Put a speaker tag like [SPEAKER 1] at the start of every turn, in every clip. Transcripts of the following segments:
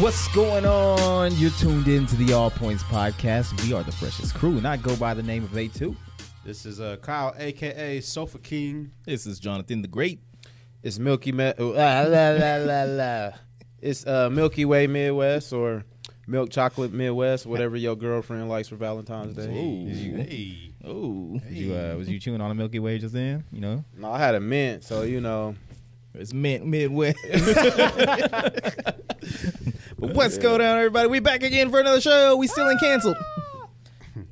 [SPEAKER 1] What's going on? You're tuned in to the All Points Podcast. We are the freshest crew, and I go by the name of A2.
[SPEAKER 2] This is uh, Kyle, aka Sofa King.
[SPEAKER 3] This is Jonathan the Great.
[SPEAKER 2] It's Milky Ma- uh, la, la, la, la, la. It's uh, Milky Way Midwest or Milk Chocolate Midwest, whatever your girlfriend likes for Valentine's Day.
[SPEAKER 3] Hey. Oh,
[SPEAKER 1] Was you, uh, was you chewing on a Milky Way just then? You know?
[SPEAKER 2] No, I had a mint, so you know.
[SPEAKER 3] it's mid Midwest. but what's going on, everybody? We back again for another show. We still ain't canceled.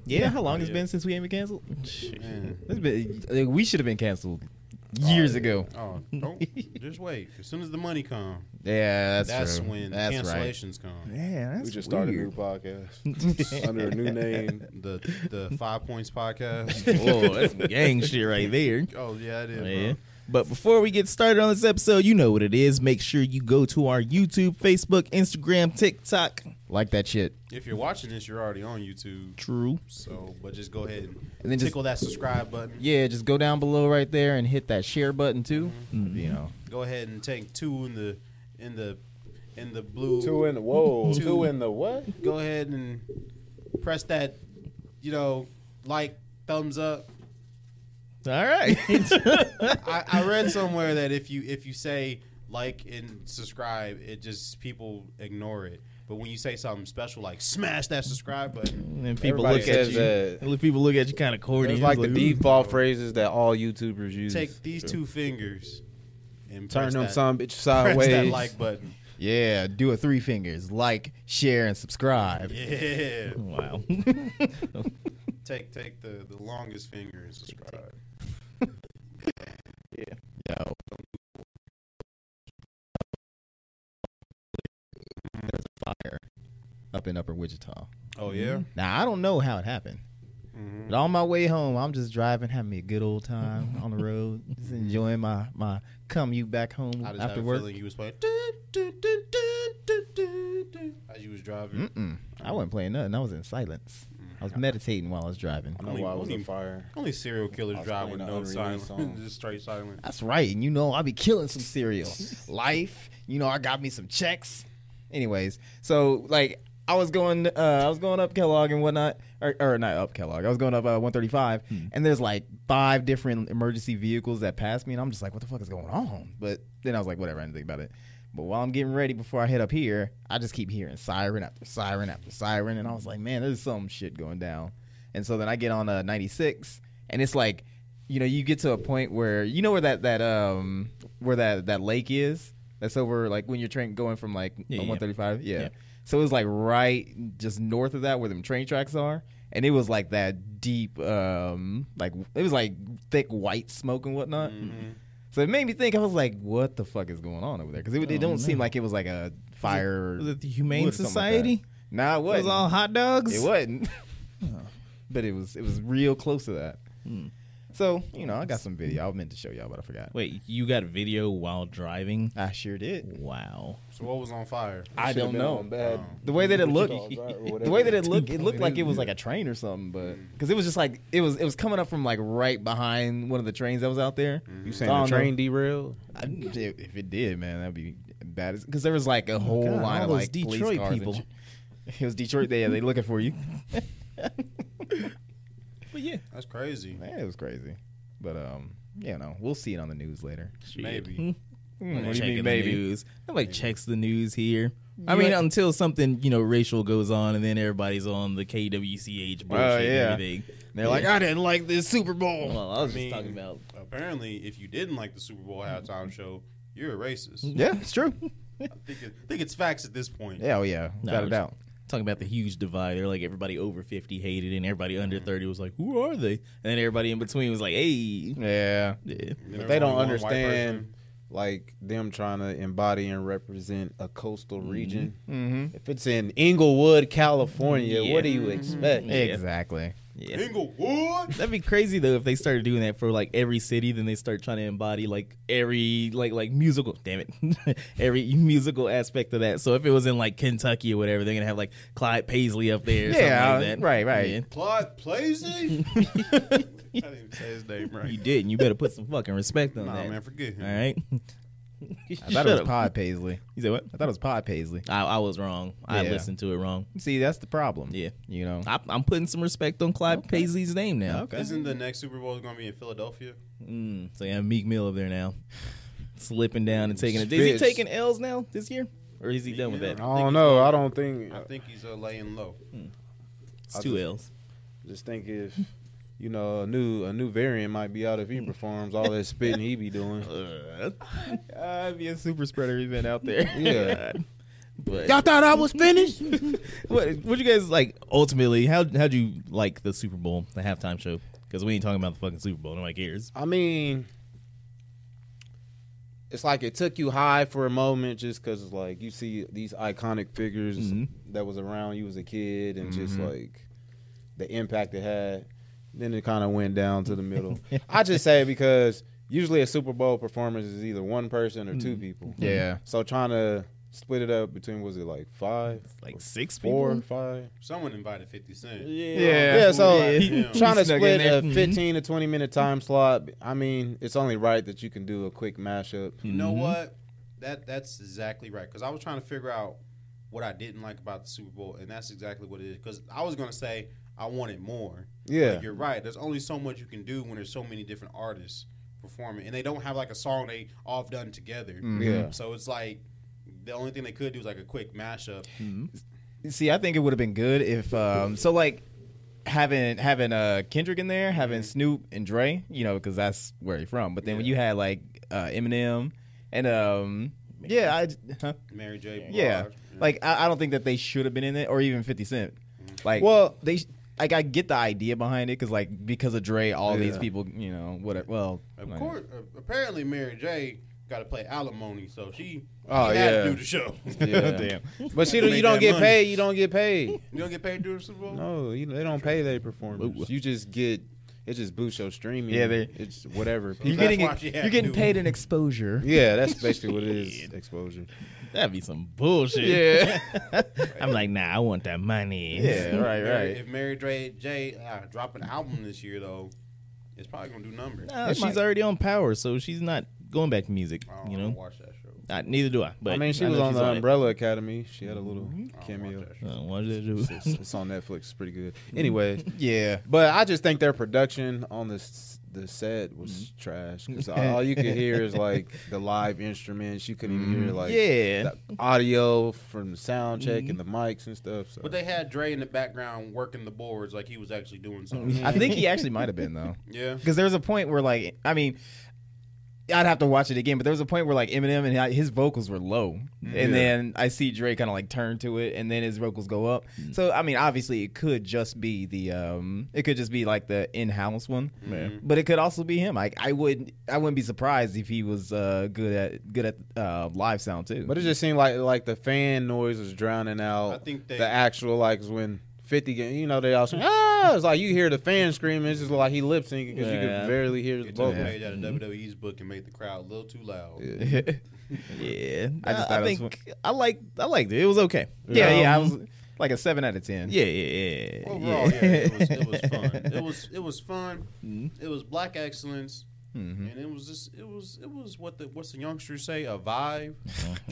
[SPEAKER 1] Yeah, how long has it been since we ain't been canceled? It's been, uh, we should have been canceled years ago.
[SPEAKER 4] Oh, don't just wait. As soon as the money come,
[SPEAKER 1] Yeah, that's,
[SPEAKER 4] that's,
[SPEAKER 1] true.
[SPEAKER 4] when
[SPEAKER 1] that's right.
[SPEAKER 4] cancellations come.
[SPEAKER 1] Yeah, that's
[SPEAKER 2] we just
[SPEAKER 1] weird.
[SPEAKER 2] started a new podcast under a new name.
[SPEAKER 4] The the five points podcast.
[SPEAKER 3] Whoa, that's some gang shit right there.
[SPEAKER 4] Oh yeah, it is.
[SPEAKER 3] Yeah.
[SPEAKER 4] Bro.
[SPEAKER 3] But before we get started on this episode, you know what it is. Make sure you go to our YouTube, Facebook, Instagram, TikTok.
[SPEAKER 1] Like that shit.
[SPEAKER 4] If you're watching this, you're already on YouTube.
[SPEAKER 3] True.
[SPEAKER 4] So, but just go ahead and,
[SPEAKER 1] And then just-
[SPEAKER 4] tickle that subscribe button.
[SPEAKER 1] Yeah, just go down below right there and hit that share button too.
[SPEAKER 3] Mm-hmm.
[SPEAKER 1] You know,
[SPEAKER 4] Go ahead and take two in the in the in the blue.
[SPEAKER 2] Two in the whoa.
[SPEAKER 4] Two.
[SPEAKER 2] Two in the what?
[SPEAKER 4] Go ahead and press that, you know, like thumbs up.
[SPEAKER 3] All right.
[SPEAKER 4] I, I read somewhere that if you if you say like and subscribe, it just people ignore it. But when you say something special like smash that subscribe button,
[SPEAKER 3] and people
[SPEAKER 2] Everybody
[SPEAKER 3] look at
[SPEAKER 2] says
[SPEAKER 3] you.
[SPEAKER 2] that.
[SPEAKER 3] and People look at you kind of corny.
[SPEAKER 2] It's like the
[SPEAKER 3] ooh.
[SPEAKER 2] default phrases that all YouTubers use.
[SPEAKER 4] take these two fingers and
[SPEAKER 2] Turn
[SPEAKER 4] press
[SPEAKER 2] them
[SPEAKER 4] that,
[SPEAKER 2] some bitch
[SPEAKER 4] press
[SPEAKER 2] sideways.
[SPEAKER 4] that like button.
[SPEAKER 1] yeah, do a three fingers, like, share, and subscribe.
[SPEAKER 4] Yeah,
[SPEAKER 3] Wow.
[SPEAKER 4] take take the the longest finger and subscribe.
[SPEAKER 1] Yo. There's a fire up in Upper Wichita.
[SPEAKER 4] Oh yeah,
[SPEAKER 1] Now I don't know how it happened,
[SPEAKER 4] Mhm.
[SPEAKER 1] but on my way home, I'm just driving, having me a good old time on the road, just enjoying my my commute back home
[SPEAKER 4] I just
[SPEAKER 1] after
[SPEAKER 4] had a
[SPEAKER 1] work.
[SPEAKER 4] feeling you was playing dun, dun, dun, dun, dun, dun, dun, as you was driving.
[SPEAKER 1] Mm-mm. I wasn't playing nothing. I was in silence.
[SPEAKER 4] Mm.
[SPEAKER 1] I was meditating while I was driving.
[SPEAKER 2] I don't
[SPEAKER 4] Only-
[SPEAKER 2] know why I Oh, was
[SPEAKER 4] only-
[SPEAKER 2] on fire.
[SPEAKER 4] Only serial killers
[SPEAKER 2] was
[SPEAKER 4] drive
[SPEAKER 2] playing
[SPEAKER 4] with
[SPEAKER 2] an
[SPEAKER 4] no
[SPEAKER 2] unreleased
[SPEAKER 4] silence,
[SPEAKER 2] song.
[SPEAKER 4] just straight silence.
[SPEAKER 1] That's right. And you know, I be killing some cereal. Life, you know, I got me some checks. Anyways, so like I was going uh I was going up Kellogg and whatnot. Or, or not up Kellogg. I was going up uh, 135 and there's like five different emergency vehicles that passed me and I'm just like, what the fuck is going on? But then I was like, whatever, I didn't think about it. But while I'm getting ready before I head up here, I just keep hearing siren after siren after siren and I was like, man, there's some shit going down. And so then I get on uh, 96 and it's like you know, you get to a point where you know where that that um where that that lake is. That's over like when you're train going from like
[SPEAKER 3] Yeah, yeah.
[SPEAKER 1] 135. Yeah.
[SPEAKER 3] Yeah.
[SPEAKER 1] So it was like right just north of that where them train tracks are, and it was like that deep um like it was like thick white smoke and whatnot.
[SPEAKER 3] Mm-hmm.
[SPEAKER 1] So it made me think. I was like, "What the fuck is going on over there?" Because it, it
[SPEAKER 3] Oh,
[SPEAKER 1] don't seem
[SPEAKER 3] no.
[SPEAKER 1] like it was like a fire.
[SPEAKER 3] was it the Humane
[SPEAKER 1] wood or something like
[SPEAKER 3] Society?
[SPEAKER 1] that. nah, it
[SPEAKER 3] It
[SPEAKER 1] wasn't.
[SPEAKER 3] was all hot dogs.
[SPEAKER 1] It wasn't. Oh. but it was it was real close to that. So, you know, I got some video. I meant to show y'all, but I forgot.
[SPEAKER 3] Wait, you got video while driving?
[SPEAKER 1] I sure did.
[SPEAKER 3] Wow.
[SPEAKER 4] So what was on fire?
[SPEAKER 1] I
[SPEAKER 2] Should've
[SPEAKER 1] don't
[SPEAKER 2] been
[SPEAKER 1] know. Um,
[SPEAKER 2] on bad
[SPEAKER 1] The way that it looked
[SPEAKER 2] Wichita, right, or
[SPEAKER 1] the way that
[SPEAKER 2] whatever.
[SPEAKER 1] it looked it looked like it was like a train or something, but cuz it was just like it was it was coming up from like right behind one of the trains that was out there.
[SPEAKER 2] You
[SPEAKER 1] So I
[SPEAKER 2] saying
[SPEAKER 1] don't
[SPEAKER 2] the train derailed?
[SPEAKER 1] I, if it did, man, that'd be bad because there was like a whole
[SPEAKER 3] God,
[SPEAKER 1] line
[SPEAKER 3] all
[SPEAKER 1] of
[SPEAKER 3] those
[SPEAKER 1] like police
[SPEAKER 3] Detroit
[SPEAKER 1] cars and
[SPEAKER 3] people.
[SPEAKER 1] shit. It was Detroit. They yeah, they looking for you.
[SPEAKER 3] But yeah,
[SPEAKER 4] That's crazy.
[SPEAKER 1] Man, it was crazy, but um, you know, we'll see it on the news later.
[SPEAKER 4] Maybe.
[SPEAKER 1] Mm,
[SPEAKER 3] Checking the news. Nobody checks the news here. I
[SPEAKER 1] You
[SPEAKER 3] mean,
[SPEAKER 1] like-
[SPEAKER 3] until something you know racial goes on, and then everybody's on the KWCH bullshit
[SPEAKER 1] Oh, yeah.
[SPEAKER 3] and everything. Mm.
[SPEAKER 1] They're like, I didn't like this Super Bowl.
[SPEAKER 3] Well, I was
[SPEAKER 4] mean-
[SPEAKER 3] just talking about.
[SPEAKER 4] Apparently, if you didn't like the Super Bowl halftime show, you're a racist.
[SPEAKER 1] yeah, it's true.
[SPEAKER 4] I think, it, I think it's facts at this point.
[SPEAKER 1] Yeah, oh yeah, without a
[SPEAKER 3] it's-
[SPEAKER 1] doubt.
[SPEAKER 3] Talking about the huge divide, They're like everybody over fifty hated, and everybody
[SPEAKER 1] Mm.
[SPEAKER 3] under thirty was like, "Who are they?" And then everybody in between was like, "Hey,
[SPEAKER 1] Mm. Yeah,
[SPEAKER 3] yeah.
[SPEAKER 4] There
[SPEAKER 2] But
[SPEAKER 4] was
[SPEAKER 2] they don't
[SPEAKER 4] only one white
[SPEAKER 2] understand like them trying to embody and represent a coastal region.
[SPEAKER 1] mm-hmm.
[SPEAKER 2] If it's in Inglewood, California, what do you expect?
[SPEAKER 3] Yeah.
[SPEAKER 1] exactly.
[SPEAKER 3] yeah.
[SPEAKER 4] person. Inglewood.
[SPEAKER 3] That'd be crazy though if they started doing that for like every city, then they start trying to embody like every like like musical damn it. every musical aspect of that. So if it was in like Kentucky or whatever, they're gonna have like Clyde Paisley up there or
[SPEAKER 1] Yeah,
[SPEAKER 3] something like that.
[SPEAKER 1] right, right.
[SPEAKER 3] Yeah.
[SPEAKER 4] Plot Plazy. I didn't even say his name
[SPEAKER 3] You
[SPEAKER 4] right.
[SPEAKER 3] did, and you better put some fucking respect on
[SPEAKER 4] Nah,
[SPEAKER 3] that.
[SPEAKER 4] man, forget him.
[SPEAKER 3] All right.
[SPEAKER 1] I thought it was Pod Paisley.
[SPEAKER 3] You said what?
[SPEAKER 1] I thought it was Pod Paisley.
[SPEAKER 3] I, I was wrong. I
[SPEAKER 1] Yeah.
[SPEAKER 3] listened to it wrong.
[SPEAKER 1] See, that's the problem.
[SPEAKER 3] Yeah.
[SPEAKER 1] You know.
[SPEAKER 3] I, I'm putting some respect on Clyde Paisley's name now.
[SPEAKER 1] Okay.
[SPEAKER 4] Isn't the next Super Bowl going to be in Philadelphia?
[SPEAKER 3] Mm, so yeah, Meek Mill up there now, slipping down and taking it. Is he
[SPEAKER 2] Spitz.
[SPEAKER 3] taking L's now this year, or is he done with
[SPEAKER 4] Meek
[SPEAKER 3] that?
[SPEAKER 4] Mill?
[SPEAKER 2] I don't know. I don't think.
[SPEAKER 4] I think he's uh, laying low.
[SPEAKER 3] It's two L's.
[SPEAKER 2] Just think if you know a new a new variant might be out if he performs all that spitting he be doing.
[SPEAKER 1] Uh, it'd be a super spreader event out there.
[SPEAKER 2] Yeah.
[SPEAKER 3] But
[SPEAKER 2] Y'all thought I was finished?
[SPEAKER 3] what what you guys like ultimately? How how'd you like the Super Bowl, the halftime show? Because we ain't talking about the fucking Super Bowl. Nobody cares.
[SPEAKER 2] I mean, it's like it took you high for a moment just because like you see these iconic figures
[SPEAKER 3] Mhm.
[SPEAKER 2] that was around you as a kid and just
[SPEAKER 3] Mm-hmm.
[SPEAKER 2] like the impact it had. Then it kind of went down to the middle. I just say it because usually a Super Bowl performance is either one person or
[SPEAKER 3] Mm-hmm.
[SPEAKER 2] two people.
[SPEAKER 1] Yeah.
[SPEAKER 2] So trying to split it up between was it like five,
[SPEAKER 3] Like six
[SPEAKER 2] four,
[SPEAKER 3] people.
[SPEAKER 2] five?
[SPEAKER 4] Someone invited 50 Cent.
[SPEAKER 1] Yeah.
[SPEAKER 2] Yeah, so
[SPEAKER 4] Yeah.
[SPEAKER 2] he-
[SPEAKER 1] He
[SPEAKER 4] Yeah.
[SPEAKER 2] trying to
[SPEAKER 1] snuck in
[SPEAKER 2] split
[SPEAKER 1] there.
[SPEAKER 2] a 15 to 20 minute time slot, I mean, it's only right that you can do a quick mashup.
[SPEAKER 4] You know what? That that's exactly right. Because I was trying to figure out what I didn't like about the Super Bowl, and that's exactly what it is. Because I was gonna say I wanted more.
[SPEAKER 2] Yeah.
[SPEAKER 4] But you're right. There's only so much you can do when there's so many different artists performing, and they don't have like a song they all have done together.
[SPEAKER 2] Yeah.
[SPEAKER 4] So it's like the only thing they could do is like a quick mashup.
[SPEAKER 1] See, I think it would have been good if um so like having having uh Kendrick in there, having Snoop and Dre, you know, because that's where he's from. But then when you had like uh Eminem and um yeah, I huh?
[SPEAKER 4] Mary J.
[SPEAKER 1] yeah,
[SPEAKER 4] Blige.
[SPEAKER 1] like I, I don't think that they should have been in it or even Fifty Cent. Like
[SPEAKER 2] Well-
[SPEAKER 1] they sh- like I get the idea behind it because like because of Dre, all these
[SPEAKER 2] Yeah.
[SPEAKER 1] people, you know, whatever. Well,
[SPEAKER 4] Of
[SPEAKER 1] like-
[SPEAKER 4] course, uh, apparently Mary J. Got to play alimony, so she,
[SPEAKER 2] Oh,
[SPEAKER 4] she had
[SPEAKER 2] yeah.
[SPEAKER 4] to do the show.
[SPEAKER 1] damn.
[SPEAKER 2] But she,
[SPEAKER 4] Make
[SPEAKER 2] you don't
[SPEAKER 4] that
[SPEAKER 2] get
[SPEAKER 4] money.
[SPEAKER 2] paid. You don't get paid.
[SPEAKER 4] you don't get paid to do the Super Bowl.
[SPEAKER 2] No, you, they don't pay their performance.
[SPEAKER 3] Ooh.
[SPEAKER 2] You just get it. Just boosts your streaming.
[SPEAKER 1] Yeah, they-
[SPEAKER 2] it's whatever.
[SPEAKER 1] You're
[SPEAKER 4] That's
[SPEAKER 1] getting
[SPEAKER 4] why she had
[SPEAKER 1] you're getting
[SPEAKER 4] to do
[SPEAKER 1] paid in exposure.
[SPEAKER 2] yeah, that's basically what it is. Exposure.
[SPEAKER 3] That'd be some bullshit.
[SPEAKER 1] Yeah,
[SPEAKER 3] I'm like, nah, I want that money.
[SPEAKER 1] yeah, right,
[SPEAKER 4] Mary-
[SPEAKER 1] right.
[SPEAKER 4] If Mary J. J uh, drop an album this year though, it's probably gonna do numbers.
[SPEAKER 3] No, she's already on Power, so she's not going back to music.
[SPEAKER 4] I don't
[SPEAKER 3] You
[SPEAKER 4] wanna
[SPEAKER 3] know,
[SPEAKER 4] watch that show.
[SPEAKER 3] I, neither do I. But
[SPEAKER 2] I mean, she
[SPEAKER 3] I
[SPEAKER 2] was
[SPEAKER 3] know
[SPEAKER 2] on
[SPEAKER 3] she's
[SPEAKER 2] the
[SPEAKER 3] it.
[SPEAKER 2] Umbrella Academy. She had a little
[SPEAKER 4] I don't
[SPEAKER 2] cameo.
[SPEAKER 4] watch that
[SPEAKER 3] I
[SPEAKER 4] show.
[SPEAKER 3] don't watch that shit.
[SPEAKER 2] It's, it's on Netflix. It's pretty good.
[SPEAKER 1] Mm-hmm.
[SPEAKER 2] Anyway,
[SPEAKER 1] Yeah,
[SPEAKER 2] But I just think their production on this the set was
[SPEAKER 3] Mm-hmm.
[SPEAKER 2] trash 'cause trash because all you could hear is like the live instruments. You couldn't even hear like
[SPEAKER 3] Mm-hmm. Yeah. Mm-hmm.
[SPEAKER 2] the audio from the sound check and the mics and stuff. So
[SPEAKER 4] But they had Dre in the background working the boards like he was actually doing something.
[SPEAKER 1] I think he actually might have been though.
[SPEAKER 4] yeah.
[SPEAKER 1] because there was a point where like I mean, I'd have to watch it again, but there was a point where like Eminem and I- his vocals were low, and then I see Dre kind of like turn to it, and then his vocals go up. So I mean, obviously it could just be the um, it could just be like the in house one, but it could also be him. Like I would I wouldn't be surprised if he was uh good at good at uh live sound too.
[SPEAKER 2] but it just seemed like like the fan noise was drowning out.
[SPEAKER 4] I think they-
[SPEAKER 2] the actual like is when. 50 ga- you know they all say ah it's like you hear the fan screaming it's just like he lip syncing because you
[SPEAKER 3] Yeah.
[SPEAKER 2] can barely hear
[SPEAKER 4] They
[SPEAKER 2] the
[SPEAKER 4] took a
[SPEAKER 2] vocals
[SPEAKER 4] page out of WWE's book and made the crowd a little too loud.
[SPEAKER 3] Yeah,
[SPEAKER 1] I
[SPEAKER 3] I,
[SPEAKER 1] just
[SPEAKER 3] just
[SPEAKER 1] thought
[SPEAKER 3] I
[SPEAKER 1] it was
[SPEAKER 3] think I like I liked it. It was okay.
[SPEAKER 1] yeah, yeah, I
[SPEAKER 3] Um,
[SPEAKER 1] was like a seven out of ten.
[SPEAKER 3] yeah, yeah, yeah.
[SPEAKER 4] Overall, yeah, it, was, it was fun. It was it was fun. It was black excellence, and it was just it was it was what the what's the youngsters say a vibe.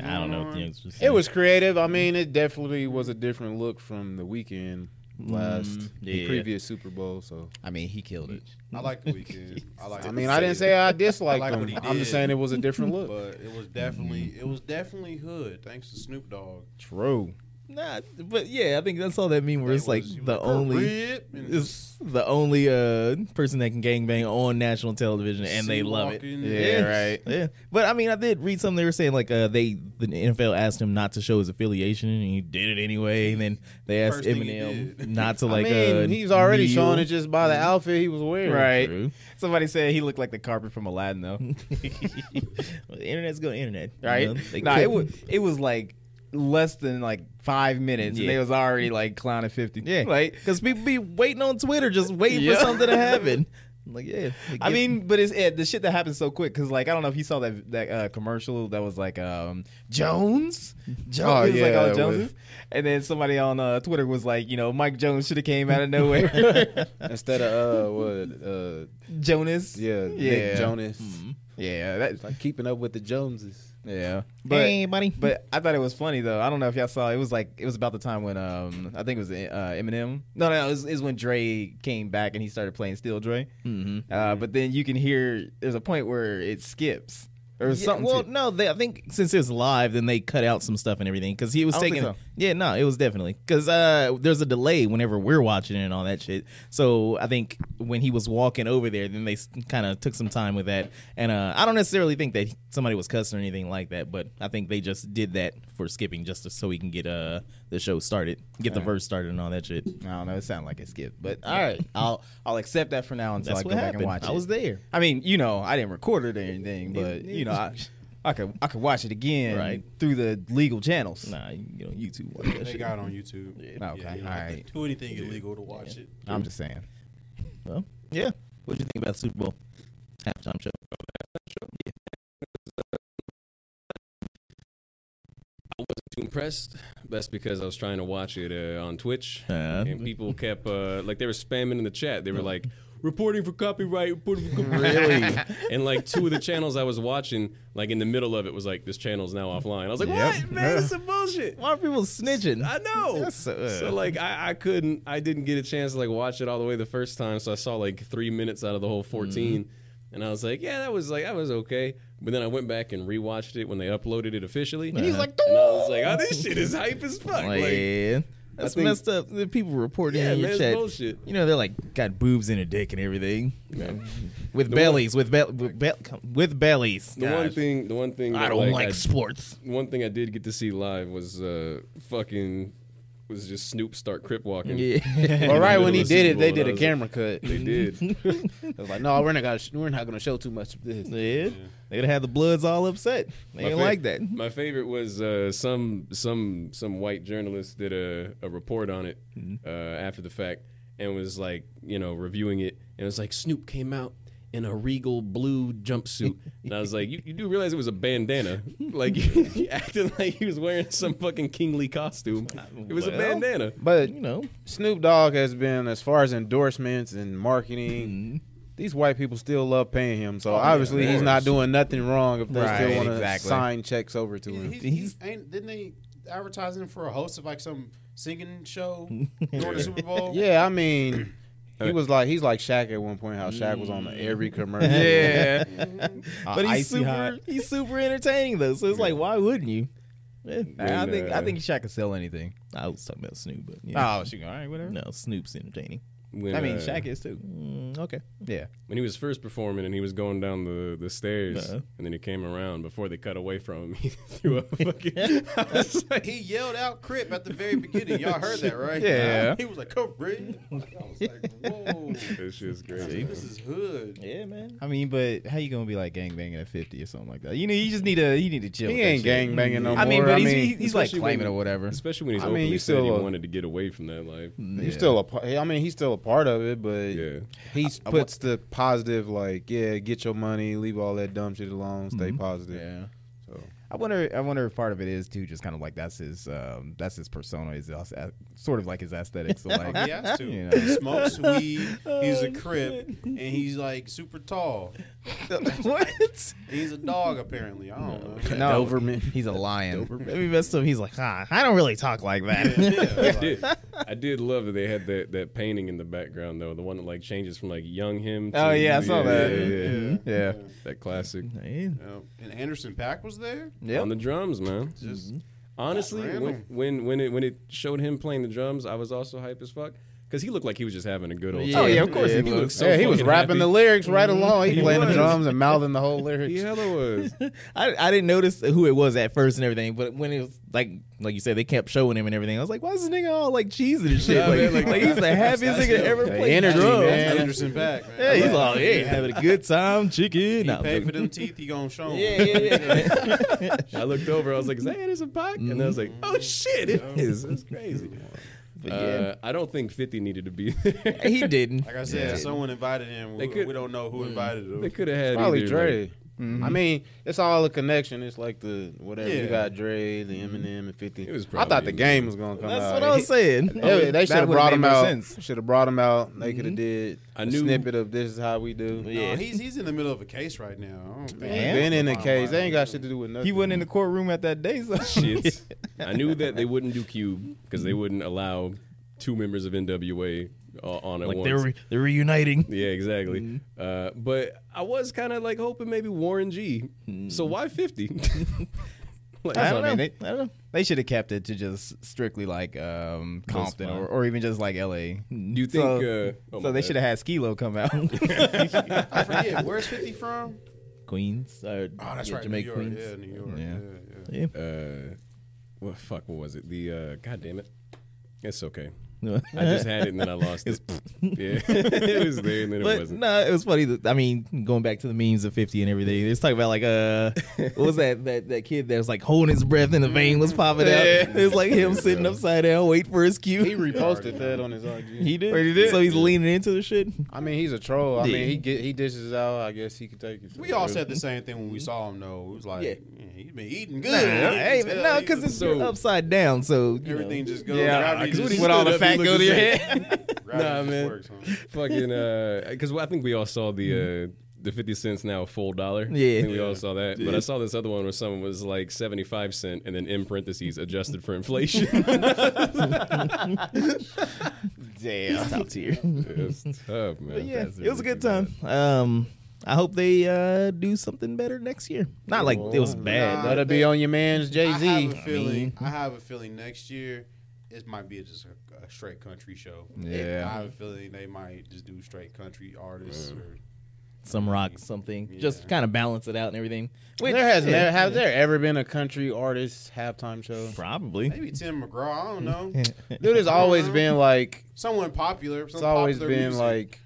[SPEAKER 3] I don't know. What the youngsters
[SPEAKER 2] it was creative I mean it definitely was a different look from the weekend last the
[SPEAKER 3] Mm-hmm. yeah.
[SPEAKER 2] previous Super Bowl so
[SPEAKER 1] I mean he killed it.
[SPEAKER 4] I like the weekend. I like.
[SPEAKER 2] I mean, I didn't say I disliked
[SPEAKER 4] I like what
[SPEAKER 2] him.
[SPEAKER 4] he
[SPEAKER 2] I'm
[SPEAKER 4] did.
[SPEAKER 2] just saying it was a different look.
[SPEAKER 4] but it was definitely it was definitely hood thanks to Snoop Dogg.
[SPEAKER 1] True.
[SPEAKER 3] nah, but yeah, I think that's all that mean. Where it's
[SPEAKER 4] It
[SPEAKER 3] like
[SPEAKER 4] was- he was
[SPEAKER 3] the only
[SPEAKER 4] crib and
[SPEAKER 3] it's the only uh person that can gangbang on national television, and they love it.
[SPEAKER 4] sleepwalking.
[SPEAKER 1] Yeah, right.
[SPEAKER 3] Yeah, but I mean, I did read something they were saying like uh, they the NFL asked him not to show his affiliation, and he did it anyway. And then they asked
[SPEAKER 4] First thing he
[SPEAKER 3] Eminem
[SPEAKER 4] did.
[SPEAKER 3] not to like.
[SPEAKER 2] I mean,
[SPEAKER 3] uh,
[SPEAKER 2] he's already
[SPEAKER 3] kneel.
[SPEAKER 2] showing it just by the outfit he was wearing.
[SPEAKER 1] Right.
[SPEAKER 3] True.
[SPEAKER 1] Somebody said he looked like the carpet from Aladdin though.
[SPEAKER 3] Well, the internet's going internet, you
[SPEAKER 1] right?
[SPEAKER 3] know? They
[SPEAKER 1] nah, it
[SPEAKER 3] couldn't-
[SPEAKER 1] was it was like less than like five minutes, and
[SPEAKER 3] Yeah.
[SPEAKER 1] they was already like clowning fifty.
[SPEAKER 3] Yeah,
[SPEAKER 1] like
[SPEAKER 3] because people be waiting on Twitter, just waiting
[SPEAKER 1] Yeah.
[SPEAKER 3] for something to happen. I'm like, yeah, like,
[SPEAKER 1] I
[SPEAKER 3] get-
[SPEAKER 1] mean, but it's it, the shit that happens so quick because like I don't know if you saw that that uh, commercial that was like um Jones, Jones,
[SPEAKER 2] Oh,
[SPEAKER 1] it was like
[SPEAKER 2] yeah,
[SPEAKER 1] all
[SPEAKER 2] it
[SPEAKER 1] Joneses, and then somebody on uh, Twitter was like, you know, Mike Jones should have came out of nowhere,
[SPEAKER 2] Instead of uh, what? Uh,
[SPEAKER 1] Jonas,
[SPEAKER 2] yeah, Mm-hmm.
[SPEAKER 1] yeah,
[SPEAKER 2] Nick Jonas.
[SPEAKER 1] yeah, that,
[SPEAKER 2] It's like keeping up with the Joneses.
[SPEAKER 1] Yeah. But,
[SPEAKER 3] Hey, buddy.
[SPEAKER 1] But I thought it was funny though. I don't know if y'all saw. It was like it was about the time when um I think it was uh, Eminem. No, no, it was, it was when Dre came back and he started playing Still Dre. Mm-hmm. Uh, but then you can hear there's a point where it skips or
[SPEAKER 3] Yeah,
[SPEAKER 1] something.
[SPEAKER 3] well,
[SPEAKER 1] to-
[SPEAKER 3] no, they, I think since it's live, then they cut out some stuff and everything because he was
[SPEAKER 1] I don't
[SPEAKER 3] taking.
[SPEAKER 1] think so.
[SPEAKER 3] Yeah, no, it was definitely because uh, there's a delay whenever we're watching it and all that shit. So I think when he was walking over there, then they kind of took some time with that. And uh, I don't necessarily think that somebody was cussing or anything like that, but I think they just did that for skipping just to, so we can get uh, the show started, get the verse started, and all that shit.
[SPEAKER 1] I don't know. It sounded like it skipped, but all right, I'll I'll accept that for now until
[SPEAKER 3] That's
[SPEAKER 1] I go
[SPEAKER 3] what
[SPEAKER 1] back and
[SPEAKER 3] happened.
[SPEAKER 1] watch it.
[SPEAKER 3] I was there.
[SPEAKER 1] I mean, you know, I didn't record it or anything, but you know, I, I could I could watch it again
[SPEAKER 3] Right.
[SPEAKER 1] through the legal channels.
[SPEAKER 3] Nah, you know, YouTube watch that
[SPEAKER 4] They
[SPEAKER 3] shit.
[SPEAKER 4] got it on YouTube. Yeah,
[SPEAKER 1] Okay,
[SPEAKER 4] you don't have to
[SPEAKER 1] alright.
[SPEAKER 4] Do anything illegal to watch it.
[SPEAKER 1] I'm just saying.
[SPEAKER 3] Well, yeah. What do you think about Super Bowl halftime show?
[SPEAKER 5] too impressed. That's because I was trying to watch it uh, on Twitch,
[SPEAKER 3] Uh.
[SPEAKER 5] and people kept uh, like they were spamming in the chat. They were like, "Reporting for copyright, reporting for copyright."
[SPEAKER 2] Really?
[SPEAKER 5] and like two of the channels I was watching, like in the middle of it, was like, "This channel's now offline." I was like, "What, man? This is bullshit."
[SPEAKER 3] Why are people snitching?
[SPEAKER 5] I know.
[SPEAKER 3] That's, uh,
[SPEAKER 5] so like I, I couldn't I didn't get a chance to like watch it all the way the first time, so I saw like three minutes out of the whole 14
[SPEAKER 2] Mm-hmm.
[SPEAKER 5] and I was like, Yeah, that was like that was okay. But then I went back and rewatched it when they uploaded it officially. And
[SPEAKER 3] he's
[SPEAKER 5] like, and I was like, Oh, this shit is hype as fuck. Like,
[SPEAKER 3] yeah. That's
[SPEAKER 5] think-
[SPEAKER 3] messed up. The people reporting
[SPEAKER 5] Yeah,
[SPEAKER 3] in your
[SPEAKER 5] man, it's
[SPEAKER 3] chat.
[SPEAKER 5] bullshit.
[SPEAKER 3] You know, they're like got boobs and a dick and everything.
[SPEAKER 5] man.
[SPEAKER 3] With bellies, with bel with, bel with bellies.
[SPEAKER 5] The one thing the one thing that,
[SPEAKER 3] I don't like,
[SPEAKER 5] I-
[SPEAKER 3] sports.
[SPEAKER 5] one thing I did get to see live was uh fucking was just Snoop start crip walking.
[SPEAKER 3] Yeah.
[SPEAKER 2] But right
[SPEAKER 5] middle
[SPEAKER 2] when he
[SPEAKER 5] of the Super
[SPEAKER 2] did it, they
[SPEAKER 5] Bowl,
[SPEAKER 2] did
[SPEAKER 5] that
[SPEAKER 2] a
[SPEAKER 5] was-
[SPEAKER 2] camera cut.
[SPEAKER 5] They did.
[SPEAKER 2] I was like, no, we're not gonna we're not gonna show too much of this.
[SPEAKER 3] yeah. They're gonna have the bloods all upset. They
[SPEAKER 5] My
[SPEAKER 3] didn't
[SPEAKER 5] fa-
[SPEAKER 3] like that.
[SPEAKER 5] My favorite was uh, some some some white journalist did a, a report on it
[SPEAKER 3] Mm-hmm.
[SPEAKER 5] uh, after the fact and was like you know reviewing it and it was like Snoop came out in a regal blue jumpsuit and I was like you, you do realize it was a bandana like you acted like he was wearing some fucking kingly costume it was a
[SPEAKER 3] Uh, Well.
[SPEAKER 5] bandana
[SPEAKER 2] But
[SPEAKER 3] You know.
[SPEAKER 2] Snoop Dogg has been as far as endorsements and marketing. These white people still love paying him, so obviously
[SPEAKER 5] of
[SPEAKER 2] he's
[SPEAKER 5] course.
[SPEAKER 2] not doing nothing wrong if they
[SPEAKER 1] Right,
[SPEAKER 2] still want to
[SPEAKER 1] exactly.
[SPEAKER 2] sign checks over to him.
[SPEAKER 4] He, he, he, ain't, didn't they advertise him for a host of like some singing show during the Super Bowl?
[SPEAKER 2] Yeah, I mean, he was like he's like Shaq at one point. How Shaq was on every commercial. Yeah,
[SPEAKER 3] but he's
[SPEAKER 1] icy
[SPEAKER 3] super
[SPEAKER 1] hot.
[SPEAKER 3] he's super entertaining though. So it's like why wouldn't you? Yeah.
[SPEAKER 1] I
[SPEAKER 5] When,
[SPEAKER 1] think I
[SPEAKER 5] uh,
[SPEAKER 1] think Shaq could sell anything.
[SPEAKER 3] I was talking about Snoop, but
[SPEAKER 5] Ah.
[SPEAKER 3] yeah.
[SPEAKER 1] Oh, she all right, whatever.
[SPEAKER 3] No, Snoop's entertaining.
[SPEAKER 5] when,
[SPEAKER 1] I mean,
[SPEAKER 5] uh,
[SPEAKER 1] Shaq is too.
[SPEAKER 3] Mm, okay.
[SPEAKER 1] Yeah.
[SPEAKER 5] when he was first performing and he was going down the, the stairs
[SPEAKER 3] Uh-huh.
[SPEAKER 5] and then he came around before they cut away from him he threw a fucking I was like,
[SPEAKER 4] He yelled out "Crip" at the very beginning. Y'all heard that, right?
[SPEAKER 1] Yeah.
[SPEAKER 4] He was like, "Come, Brandon." I was like, "Whoa,
[SPEAKER 5] It's just crazy.
[SPEAKER 4] this is hood."
[SPEAKER 3] Yeah, man.
[SPEAKER 1] I mean, but how you gonna be like gangbanging at fifty or something like that? You know, you just need to you need to chill.
[SPEAKER 2] he
[SPEAKER 1] with that
[SPEAKER 2] ain't
[SPEAKER 1] shit.
[SPEAKER 2] gang banging no
[SPEAKER 1] I mean,
[SPEAKER 2] more.
[SPEAKER 1] but
[SPEAKER 2] I
[SPEAKER 1] he's,
[SPEAKER 2] mean,
[SPEAKER 1] he's, he's like
[SPEAKER 5] especially
[SPEAKER 1] claiming
[SPEAKER 5] when-
[SPEAKER 1] or whatever.
[SPEAKER 5] Especially when he's
[SPEAKER 2] I mean,
[SPEAKER 5] openly
[SPEAKER 2] you
[SPEAKER 5] said he
[SPEAKER 2] still, uh,
[SPEAKER 5] wanted to get away from that life.
[SPEAKER 2] he's still a. part- I mean, he's still a part of it, but
[SPEAKER 5] Yeah.
[SPEAKER 2] he puts the positive like, yeah, get your money, leave all that dumb shit alone, stay
[SPEAKER 3] Mm-hmm.
[SPEAKER 2] positive.
[SPEAKER 1] Yeah.
[SPEAKER 2] So
[SPEAKER 1] I wonder. I wonder if part of it is too, just kind of like that's his, um, that's his persona. Is sort of like his aesthetic. So like,
[SPEAKER 4] He has to.
[SPEAKER 1] You know.
[SPEAKER 4] He smokes weed. He's a crip, and he's like super tall.
[SPEAKER 3] what?
[SPEAKER 4] And he's a dog apparently. I don't know.
[SPEAKER 1] no, he's a lion.
[SPEAKER 3] Maybe messed up. He's like, ah, I don't really talk like that.
[SPEAKER 4] Yeah,
[SPEAKER 5] I did, I did love that they had that, that painting in the background though, the one that like changes from like young him. To,
[SPEAKER 1] Oh, yeah, I saw that.
[SPEAKER 5] Yeah, yeah, yeah.
[SPEAKER 1] Yeah.
[SPEAKER 5] that classic
[SPEAKER 3] Man.
[SPEAKER 4] yeah. And Anderson Pack was there.
[SPEAKER 5] on the drums, man.
[SPEAKER 4] Just
[SPEAKER 5] Honestly, when
[SPEAKER 4] Random.
[SPEAKER 5] when when it when it showed him playing the drums, I was also hype as fuck because he looked like he was just having a good old.
[SPEAKER 3] Yeah.
[SPEAKER 5] time.
[SPEAKER 3] Oh, yeah, of
[SPEAKER 1] course he
[SPEAKER 5] looked
[SPEAKER 1] was.
[SPEAKER 5] so
[SPEAKER 2] yeah, he was
[SPEAKER 5] fucking
[SPEAKER 2] rapping
[SPEAKER 5] happy.
[SPEAKER 2] the lyrics right
[SPEAKER 3] Mm-hmm.
[SPEAKER 2] along. He,
[SPEAKER 5] He
[SPEAKER 2] playing the
[SPEAKER 5] was.
[SPEAKER 2] drums and mouthing the whole
[SPEAKER 5] He
[SPEAKER 2] lyrics.
[SPEAKER 5] hella was.
[SPEAKER 3] I, I didn't notice who it was at first and everything, but when it was like like you said, they kept showing him and everything. I was like, why is this nigga all like cheesing and shit?
[SPEAKER 5] Yeah,
[SPEAKER 3] like,
[SPEAKER 5] man,
[SPEAKER 3] like,
[SPEAKER 5] like-
[SPEAKER 3] he's the happiest
[SPEAKER 4] That's
[SPEAKER 3] nigga
[SPEAKER 4] him.
[SPEAKER 3] ever
[SPEAKER 4] The
[SPEAKER 3] played
[SPEAKER 2] energy,
[SPEAKER 3] drums.
[SPEAKER 2] man.
[SPEAKER 4] Anderson Pack, man.
[SPEAKER 3] Yeah, he's
[SPEAKER 4] Like,
[SPEAKER 3] all yeah, having a good time, chicken. Nah,
[SPEAKER 4] he paid for
[SPEAKER 3] but-
[SPEAKER 4] them teeth. He gonna show 'em.
[SPEAKER 3] yeah, yeah, yeah.
[SPEAKER 5] I looked over. I was like, "Is that Anderson Paak?" And I was like, "Oh shit, it is. That's crazy."
[SPEAKER 3] Mm-hmm. But yeah.
[SPEAKER 5] Uh, I don't think Fifty needed to be there.
[SPEAKER 3] he didn't.
[SPEAKER 4] Like I said, someone invited him.
[SPEAKER 5] They
[SPEAKER 4] We,
[SPEAKER 5] could-
[SPEAKER 4] we don't know who invited him.
[SPEAKER 5] They could have had
[SPEAKER 2] Probably
[SPEAKER 5] either,
[SPEAKER 2] Dre.
[SPEAKER 5] like-
[SPEAKER 3] Mm-hmm.
[SPEAKER 2] I mean, it's all a connection. It's like the whatever you
[SPEAKER 4] Yeah.
[SPEAKER 2] got Dre, the Eminem, and Fifty.
[SPEAKER 5] It was
[SPEAKER 2] I thought the
[SPEAKER 5] probably Eminem.
[SPEAKER 2] game was gonna come
[SPEAKER 3] Mm-hmm. That's
[SPEAKER 2] out.
[SPEAKER 3] what I was saying.
[SPEAKER 2] They,
[SPEAKER 1] That
[SPEAKER 2] should
[SPEAKER 1] would've
[SPEAKER 2] have brought
[SPEAKER 1] made
[SPEAKER 2] him
[SPEAKER 1] more
[SPEAKER 2] out.
[SPEAKER 1] sense. Mm-hmm.
[SPEAKER 2] Should have brought him out. They could have did
[SPEAKER 5] I
[SPEAKER 2] a
[SPEAKER 5] knew-
[SPEAKER 2] snippet of "This is how we do."
[SPEAKER 4] No, he's he's in the middle of a case right now. I don't think
[SPEAKER 1] Man.
[SPEAKER 2] Been in the case. They ain't got shit to do with nothing.
[SPEAKER 1] He wasn't in the courtroom at that day, so
[SPEAKER 5] Shit. I knew that they wouldn't do Cube because they wouldn't allow two members of NWA uh, on at
[SPEAKER 3] Like
[SPEAKER 5] once.
[SPEAKER 3] they're re- they're reuniting.
[SPEAKER 5] yeah, exactly. Uh, but I was kind of like hoping maybe Warren G. So why fifty? like,
[SPEAKER 1] That's
[SPEAKER 3] I
[SPEAKER 1] what I
[SPEAKER 3] don't
[SPEAKER 1] mean.
[SPEAKER 3] know. I don't know.
[SPEAKER 1] They should have kept it to just strictly like um, Compton
[SPEAKER 3] fine.
[SPEAKER 1] or, or even just like LA.
[SPEAKER 5] do you think?
[SPEAKER 1] so
[SPEAKER 5] uh, oh,
[SPEAKER 1] so
[SPEAKER 5] my
[SPEAKER 1] they
[SPEAKER 5] bad.
[SPEAKER 1] should have had Skilo come out.
[SPEAKER 4] I forget where's Fifty from.
[SPEAKER 3] Queens. Or,
[SPEAKER 4] Oh, that's
[SPEAKER 3] yeah,
[SPEAKER 4] right,
[SPEAKER 3] Jamaica
[SPEAKER 4] New York.
[SPEAKER 3] Queens.
[SPEAKER 4] Yeah, New York. Yeah,
[SPEAKER 1] Yeah.
[SPEAKER 4] yeah.
[SPEAKER 5] Uh, what fuck? What was it? The uh, god damn it. It's okay. I just had it and then I lost it. yeah, it was there and then it
[SPEAKER 3] But
[SPEAKER 5] wasn't.
[SPEAKER 3] no, it was funny. That, I mean, going back to the memes of fifty and everything, it's talking about like uh, what was that that that kid that was like holding his breath and the vein was popping out. It was like him sitting upside down, waiting for his cue.
[SPEAKER 2] He reposted that on his IG.
[SPEAKER 3] He did.
[SPEAKER 1] he did?
[SPEAKER 3] So he's leaning into the shit.
[SPEAKER 2] I mean, he's a troll. I
[SPEAKER 3] Yeah.
[SPEAKER 2] mean, he get he dishes out. I guess he could take it.
[SPEAKER 4] We all said the same thing when we saw him. Though it was like,
[SPEAKER 3] Yeah.
[SPEAKER 4] "Man, he's been eating good.
[SPEAKER 3] Hey,
[SPEAKER 4] You can
[SPEAKER 3] no,
[SPEAKER 4] tell
[SPEAKER 3] because
[SPEAKER 4] he's-
[SPEAKER 3] it's
[SPEAKER 5] So-
[SPEAKER 3] upside down. So you know.
[SPEAKER 4] everything just goes.
[SPEAKER 1] Yeah,
[SPEAKER 4] gravity
[SPEAKER 5] Uh, 'cause when
[SPEAKER 4] just-
[SPEAKER 5] he With all stood the up, he fat
[SPEAKER 1] go
[SPEAKER 5] looked the
[SPEAKER 1] head.
[SPEAKER 4] gravity
[SPEAKER 5] Nah,
[SPEAKER 4] just
[SPEAKER 5] man.
[SPEAKER 4] works, huh?
[SPEAKER 5] Fucking, uh, because I think we all saw the uh, the fifty cents now full dollar.
[SPEAKER 3] Yeah.
[SPEAKER 5] I think we all saw that. But I saw this other one where someone was like seventy five cent and then in parentheses adjusted for inflation.
[SPEAKER 1] Damn.
[SPEAKER 3] top tier.
[SPEAKER 5] it's tough, man.
[SPEAKER 3] But yeah,
[SPEAKER 5] That's
[SPEAKER 3] it was a good
[SPEAKER 5] really
[SPEAKER 3] time. Um, I hope they uh do something better next year. Not like it was bad.
[SPEAKER 4] nah.
[SPEAKER 3] but-
[SPEAKER 2] That'll be on your man's Jay
[SPEAKER 4] I have a
[SPEAKER 2] Z.
[SPEAKER 4] feeling. I have a feeling next year it might be just a, a straight country show.
[SPEAKER 1] Yeah.
[SPEAKER 4] I have a feeling they might just do straight country artists. Or,
[SPEAKER 3] Some rock, something, just
[SPEAKER 4] Yeah.
[SPEAKER 3] kind of balance it out and everything. Which,
[SPEAKER 2] There has
[SPEAKER 3] yeah,
[SPEAKER 2] never have there ever been a country artist halftime show?
[SPEAKER 3] probably.
[SPEAKER 4] maybe Tim McGraw. I don't know.
[SPEAKER 2] Dude, it's always been like
[SPEAKER 4] Someone popular. Some
[SPEAKER 2] it's always
[SPEAKER 4] popular
[SPEAKER 2] been
[SPEAKER 4] music.
[SPEAKER 2] like,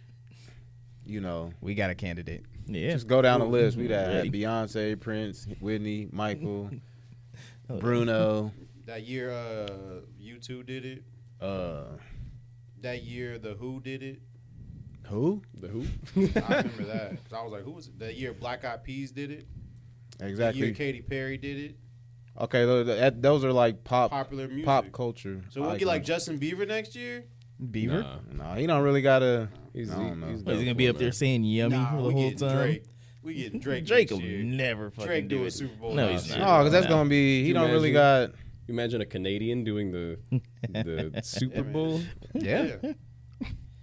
[SPEAKER 2] you know,
[SPEAKER 1] We got a candidate.
[SPEAKER 3] Yeah,
[SPEAKER 2] just go down the list. We'd have had
[SPEAKER 3] Ready.
[SPEAKER 2] Beyonce, Prince, Whitney, Michael, Bruno.
[SPEAKER 4] that year. Uh, U two did it.
[SPEAKER 2] Uh,
[SPEAKER 4] That year, the Who did it.
[SPEAKER 2] who
[SPEAKER 5] good. The who?
[SPEAKER 4] I remember that 'Cause I was like, who was it? That year, Black Eyed Peas did it. The year
[SPEAKER 2] exactly?
[SPEAKER 4] Katy Perry did it.
[SPEAKER 2] Okay, tho- that- those are like pop
[SPEAKER 4] Popular music.
[SPEAKER 2] pop culture.
[SPEAKER 4] So we'll
[SPEAKER 2] icons.
[SPEAKER 4] get like Justin Bieber next year.
[SPEAKER 1] Beaver?
[SPEAKER 5] Nah,
[SPEAKER 2] No, he don't really gotta.
[SPEAKER 5] he's,
[SPEAKER 2] I don't know.
[SPEAKER 5] he's,
[SPEAKER 3] What, he's
[SPEAKER 5] down
[SPEAKER 3] gonna
[SPEAKER 5] for
[SPEAKER 3] be
[SPEAKER 5] it,
[SPEAKER 3] up there
[SPEAKER 5] man.
[SPEAKER 3] saying yummy
[SPEAKER 4] nah,
[SPEAKER 3] for the
[SPEAKER 4] we
[SPEAKER 3] whole
[SPEAKER 4] getting
[SPEAKER 3] time.
[SPEAKER 4] Drake. We getting Drake.
[SPEAKER 3] Drake
[SPEAKER 4] next
[SPEAKER 3] will
[SPEAKER 4] year.
[SPEAKER 3] never fucking
[SPEAKER 4] Drake
[SPEAKER 3] do
[SPEAKER 4] do a
[SPEAKER 3] it.
[SPEAKER 4] Super Bowl.
[SPEAKER 3] No,
[SPEAKER 4] last
[SPEAKER 3] he's
[SPEAKER 4] year.
[SPEAKER 3] not.
[SPEAKER 2] No,
[SPEAKER 1] Oh,
[SPEAKER 2] because that's
[SPEAKER 3] No.
[SPEAKER 2] gonna be. He
[SPEAKER 5] You
[SPEAKER 2] don't really got.
[SPEAKER 5] imagine? You imagine a Canadian doing the the Super
[SPEAKER 4] man.
[SPEAKER 5] Bowl.
[SPEAKER 1] Yeah.
[SPEAKER 4] Yeah.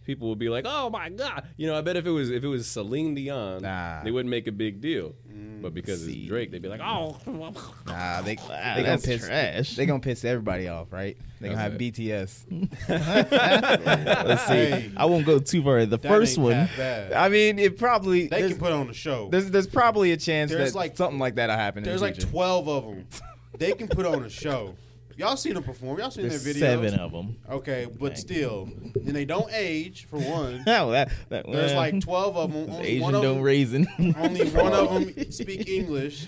[SPEAKER 5] people would be like, "Oh my god!" You know, I bet if it was if it was Celine Dion,
[SPEAKER 1] Nah.
[SPEAKER 5] they wouldn't make a big deal.
[SPEAKER 3] Mm.
[SPEAKER 5] But because it's Drake, they'd be like, "Oh,
[SPEAKER 1] Nah, they
[SPEAKER 3] Ah,
[SPEAKER 1] they gonna
[SPEAKER 3] that's
[SPEAKER 1] piss
[SPEAKER 3] trash.
[SPEAKER 1] they gonna piss everybody off, right? They gonna have
[SPEAKER 5] Okay.
[SPEAKER 1] BTS.
[SPEAKER 3] Let's see.
[SPEAKER 4] Hey.
[SPEAKER 3] I won't go too far. The
[SPEAKER 4] That
[SPEAKER 3] first
[SPEAKER 4] ain't
[SPEAKER 3] one.
[SPEAKER 4] that bad.
[SPEAKER 1] I mean, it probably
[SPEAKER 4] They
[SPEAKER 1] there's,
[SPEAKER 4] can put on a show. There's,
[SPEAKER 1] there's there's probably a chance
[SPEAKER 4] There's
[SPEAKER 1] that
[SPEAKER 4] like-
[SPEAKER 1] something like that'll happen. in the
[SPEAKER 4] like
[SPEAKER 1] future.
[SPEAKER 4] twelve of them. They can put on a show. Y'all seen them perform? Y'all seen
[SPEAKER 3] There's
[SPEAKER 4] their videos?
[SPEAKER 3] seven of them.
[SPEAKER 4] Okay, but still, and they don't age for one.
[SPEAKER 3] Oh, that, that
[SPEAKER 4] There's
[SPEAKER 3] well,
[SPEAKER 4] like twelve of them.
[SPEAKER 3] it's
[SPEAKER 4] Only
[SPEAKER 3] Asian
[SPEAKER 4] one of
[SPEAKER 3] don't
[SPEAKER 4] them
[SPEAKER 3] raisin.
[SPEAKER 4] Only one of them speak English.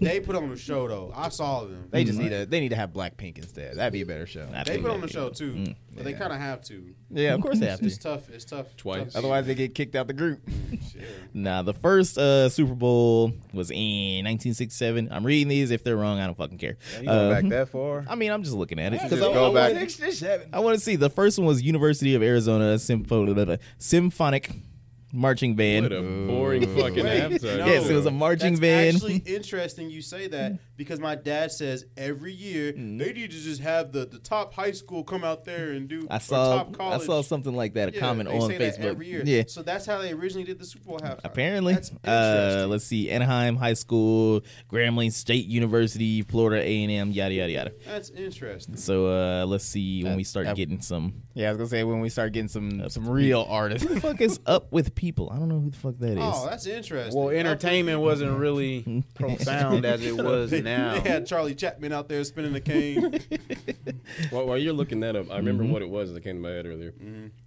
[SPEAKER 4] They put on a show though. I saw them.
[SPEAKER 1] They just need a they need to have Blackpink instead. That'd be a better show.
[SPEAKER 3] I
[SPEAKER 4] They
[SPEAKER 3] think
[SPEAKER 4] put on
[SPEAKER 3] that-
[SPEAKER 4] the show too, but they
[SPEAKER 1] yeah.
[SPEAKER 4] kind of have to.
[SPEAKER 1] Yeah, of course they have
[SPEAKER 4] It's
[SPEAKER 1] to.
[SPEAKER 4] tough. It's tough.
[SPEAKER 5] Twice.
[SPEAKER 4] Tough
[SPEAKER 1] Otherwise, they get kicked out the group.
[SPEAKER 4] shit.
[SPEAKER 3] Nah, the first uh, Super Bowl was in 1967. I'm reading these. If they're wrong, I don't fucking care.
[SPEAKER 2] You go
[SPEAKER 3] Uh,
[SPEAKER 2] back that far?
[SPEAKER 3] I mean, I'm just looking at it. 'cause
[SPEAKER 2] Just
[SPEAKER 3] I-
[SPEAKER 2] go back.
[SPEAKER 3] I want to see. The first one was University of Arizona Sympho- blah, blah, blah, Symphonic Marching Band.
[SPEAKER 5] what a boring fucking
[SPEAKER 4] Wait,
[SPEAKER 5] halftime."
[SPEAKER 4] no.
[SPEAKER 3] yes, it was a marching
[SPEAKER 4] That's
[SPEAKER 3] band.
[SPEAKER 4] actually interesting you say that because my dad says every year
[SPEAKER 3] Mm.
[SPEAKER 4] they need to just have the, the top high school come out there and do
[SPEAKER 3] I
[SPEAKER 4] or
[SPEAKER 3] saw
[SPEAKER 4] top
[SPEAKER 3] I
[SPEAKER 4] college.
[SPEAKER 3] saw something like that, a
[SPEAKER 4] Yeah,
[SPEAKER 3] comment
[SPEAKER 4] they
[SPEAKER 3] on
[SPEAKER 4] say
[SPEAKER 3] Facebook.
[SPEAKER 4] That every year.
[SPEAKER 3] Yeah.
[SPEAKER 4] So that's how they originally did the Super Bowl halftime.
[SPEAKER 3] Apparently,
[SPEAKER 4] That's
[SPEAKER 3] uh,
[SPEAKER 4] interesting.
[SPEAKER 3] let's see: Anaheim High School, Grambling State University, Florida A and M, yada yada yada.
[SPEAKER 4] that's interesting.
[SPEAKER 3] So uh, let's see when we start
[SPEAKER 1] that-
[SPEAKER 3] getting some.
[SPEAKER 1] Yeah, I was gonna say when we start getting some some real artists.
[SPEAKER 3] Who the fuck is up with people? I don't know who the fuck that is.
[SPEAKER 4] Oh, that's interesting.
[SPEAKER 2] well,
[SPEAKER 4] That's
[SPEAKER 2] entertainment wasn't really profound as it was
[SPEAKER 4] They,
[SPEAKER 2] now.
[SPEAKER 4] they had Charlie Chapman out there spinning the cane.
[SPEAKER 5] While, while you're looking that up, I remember what it was that came to my head earlier.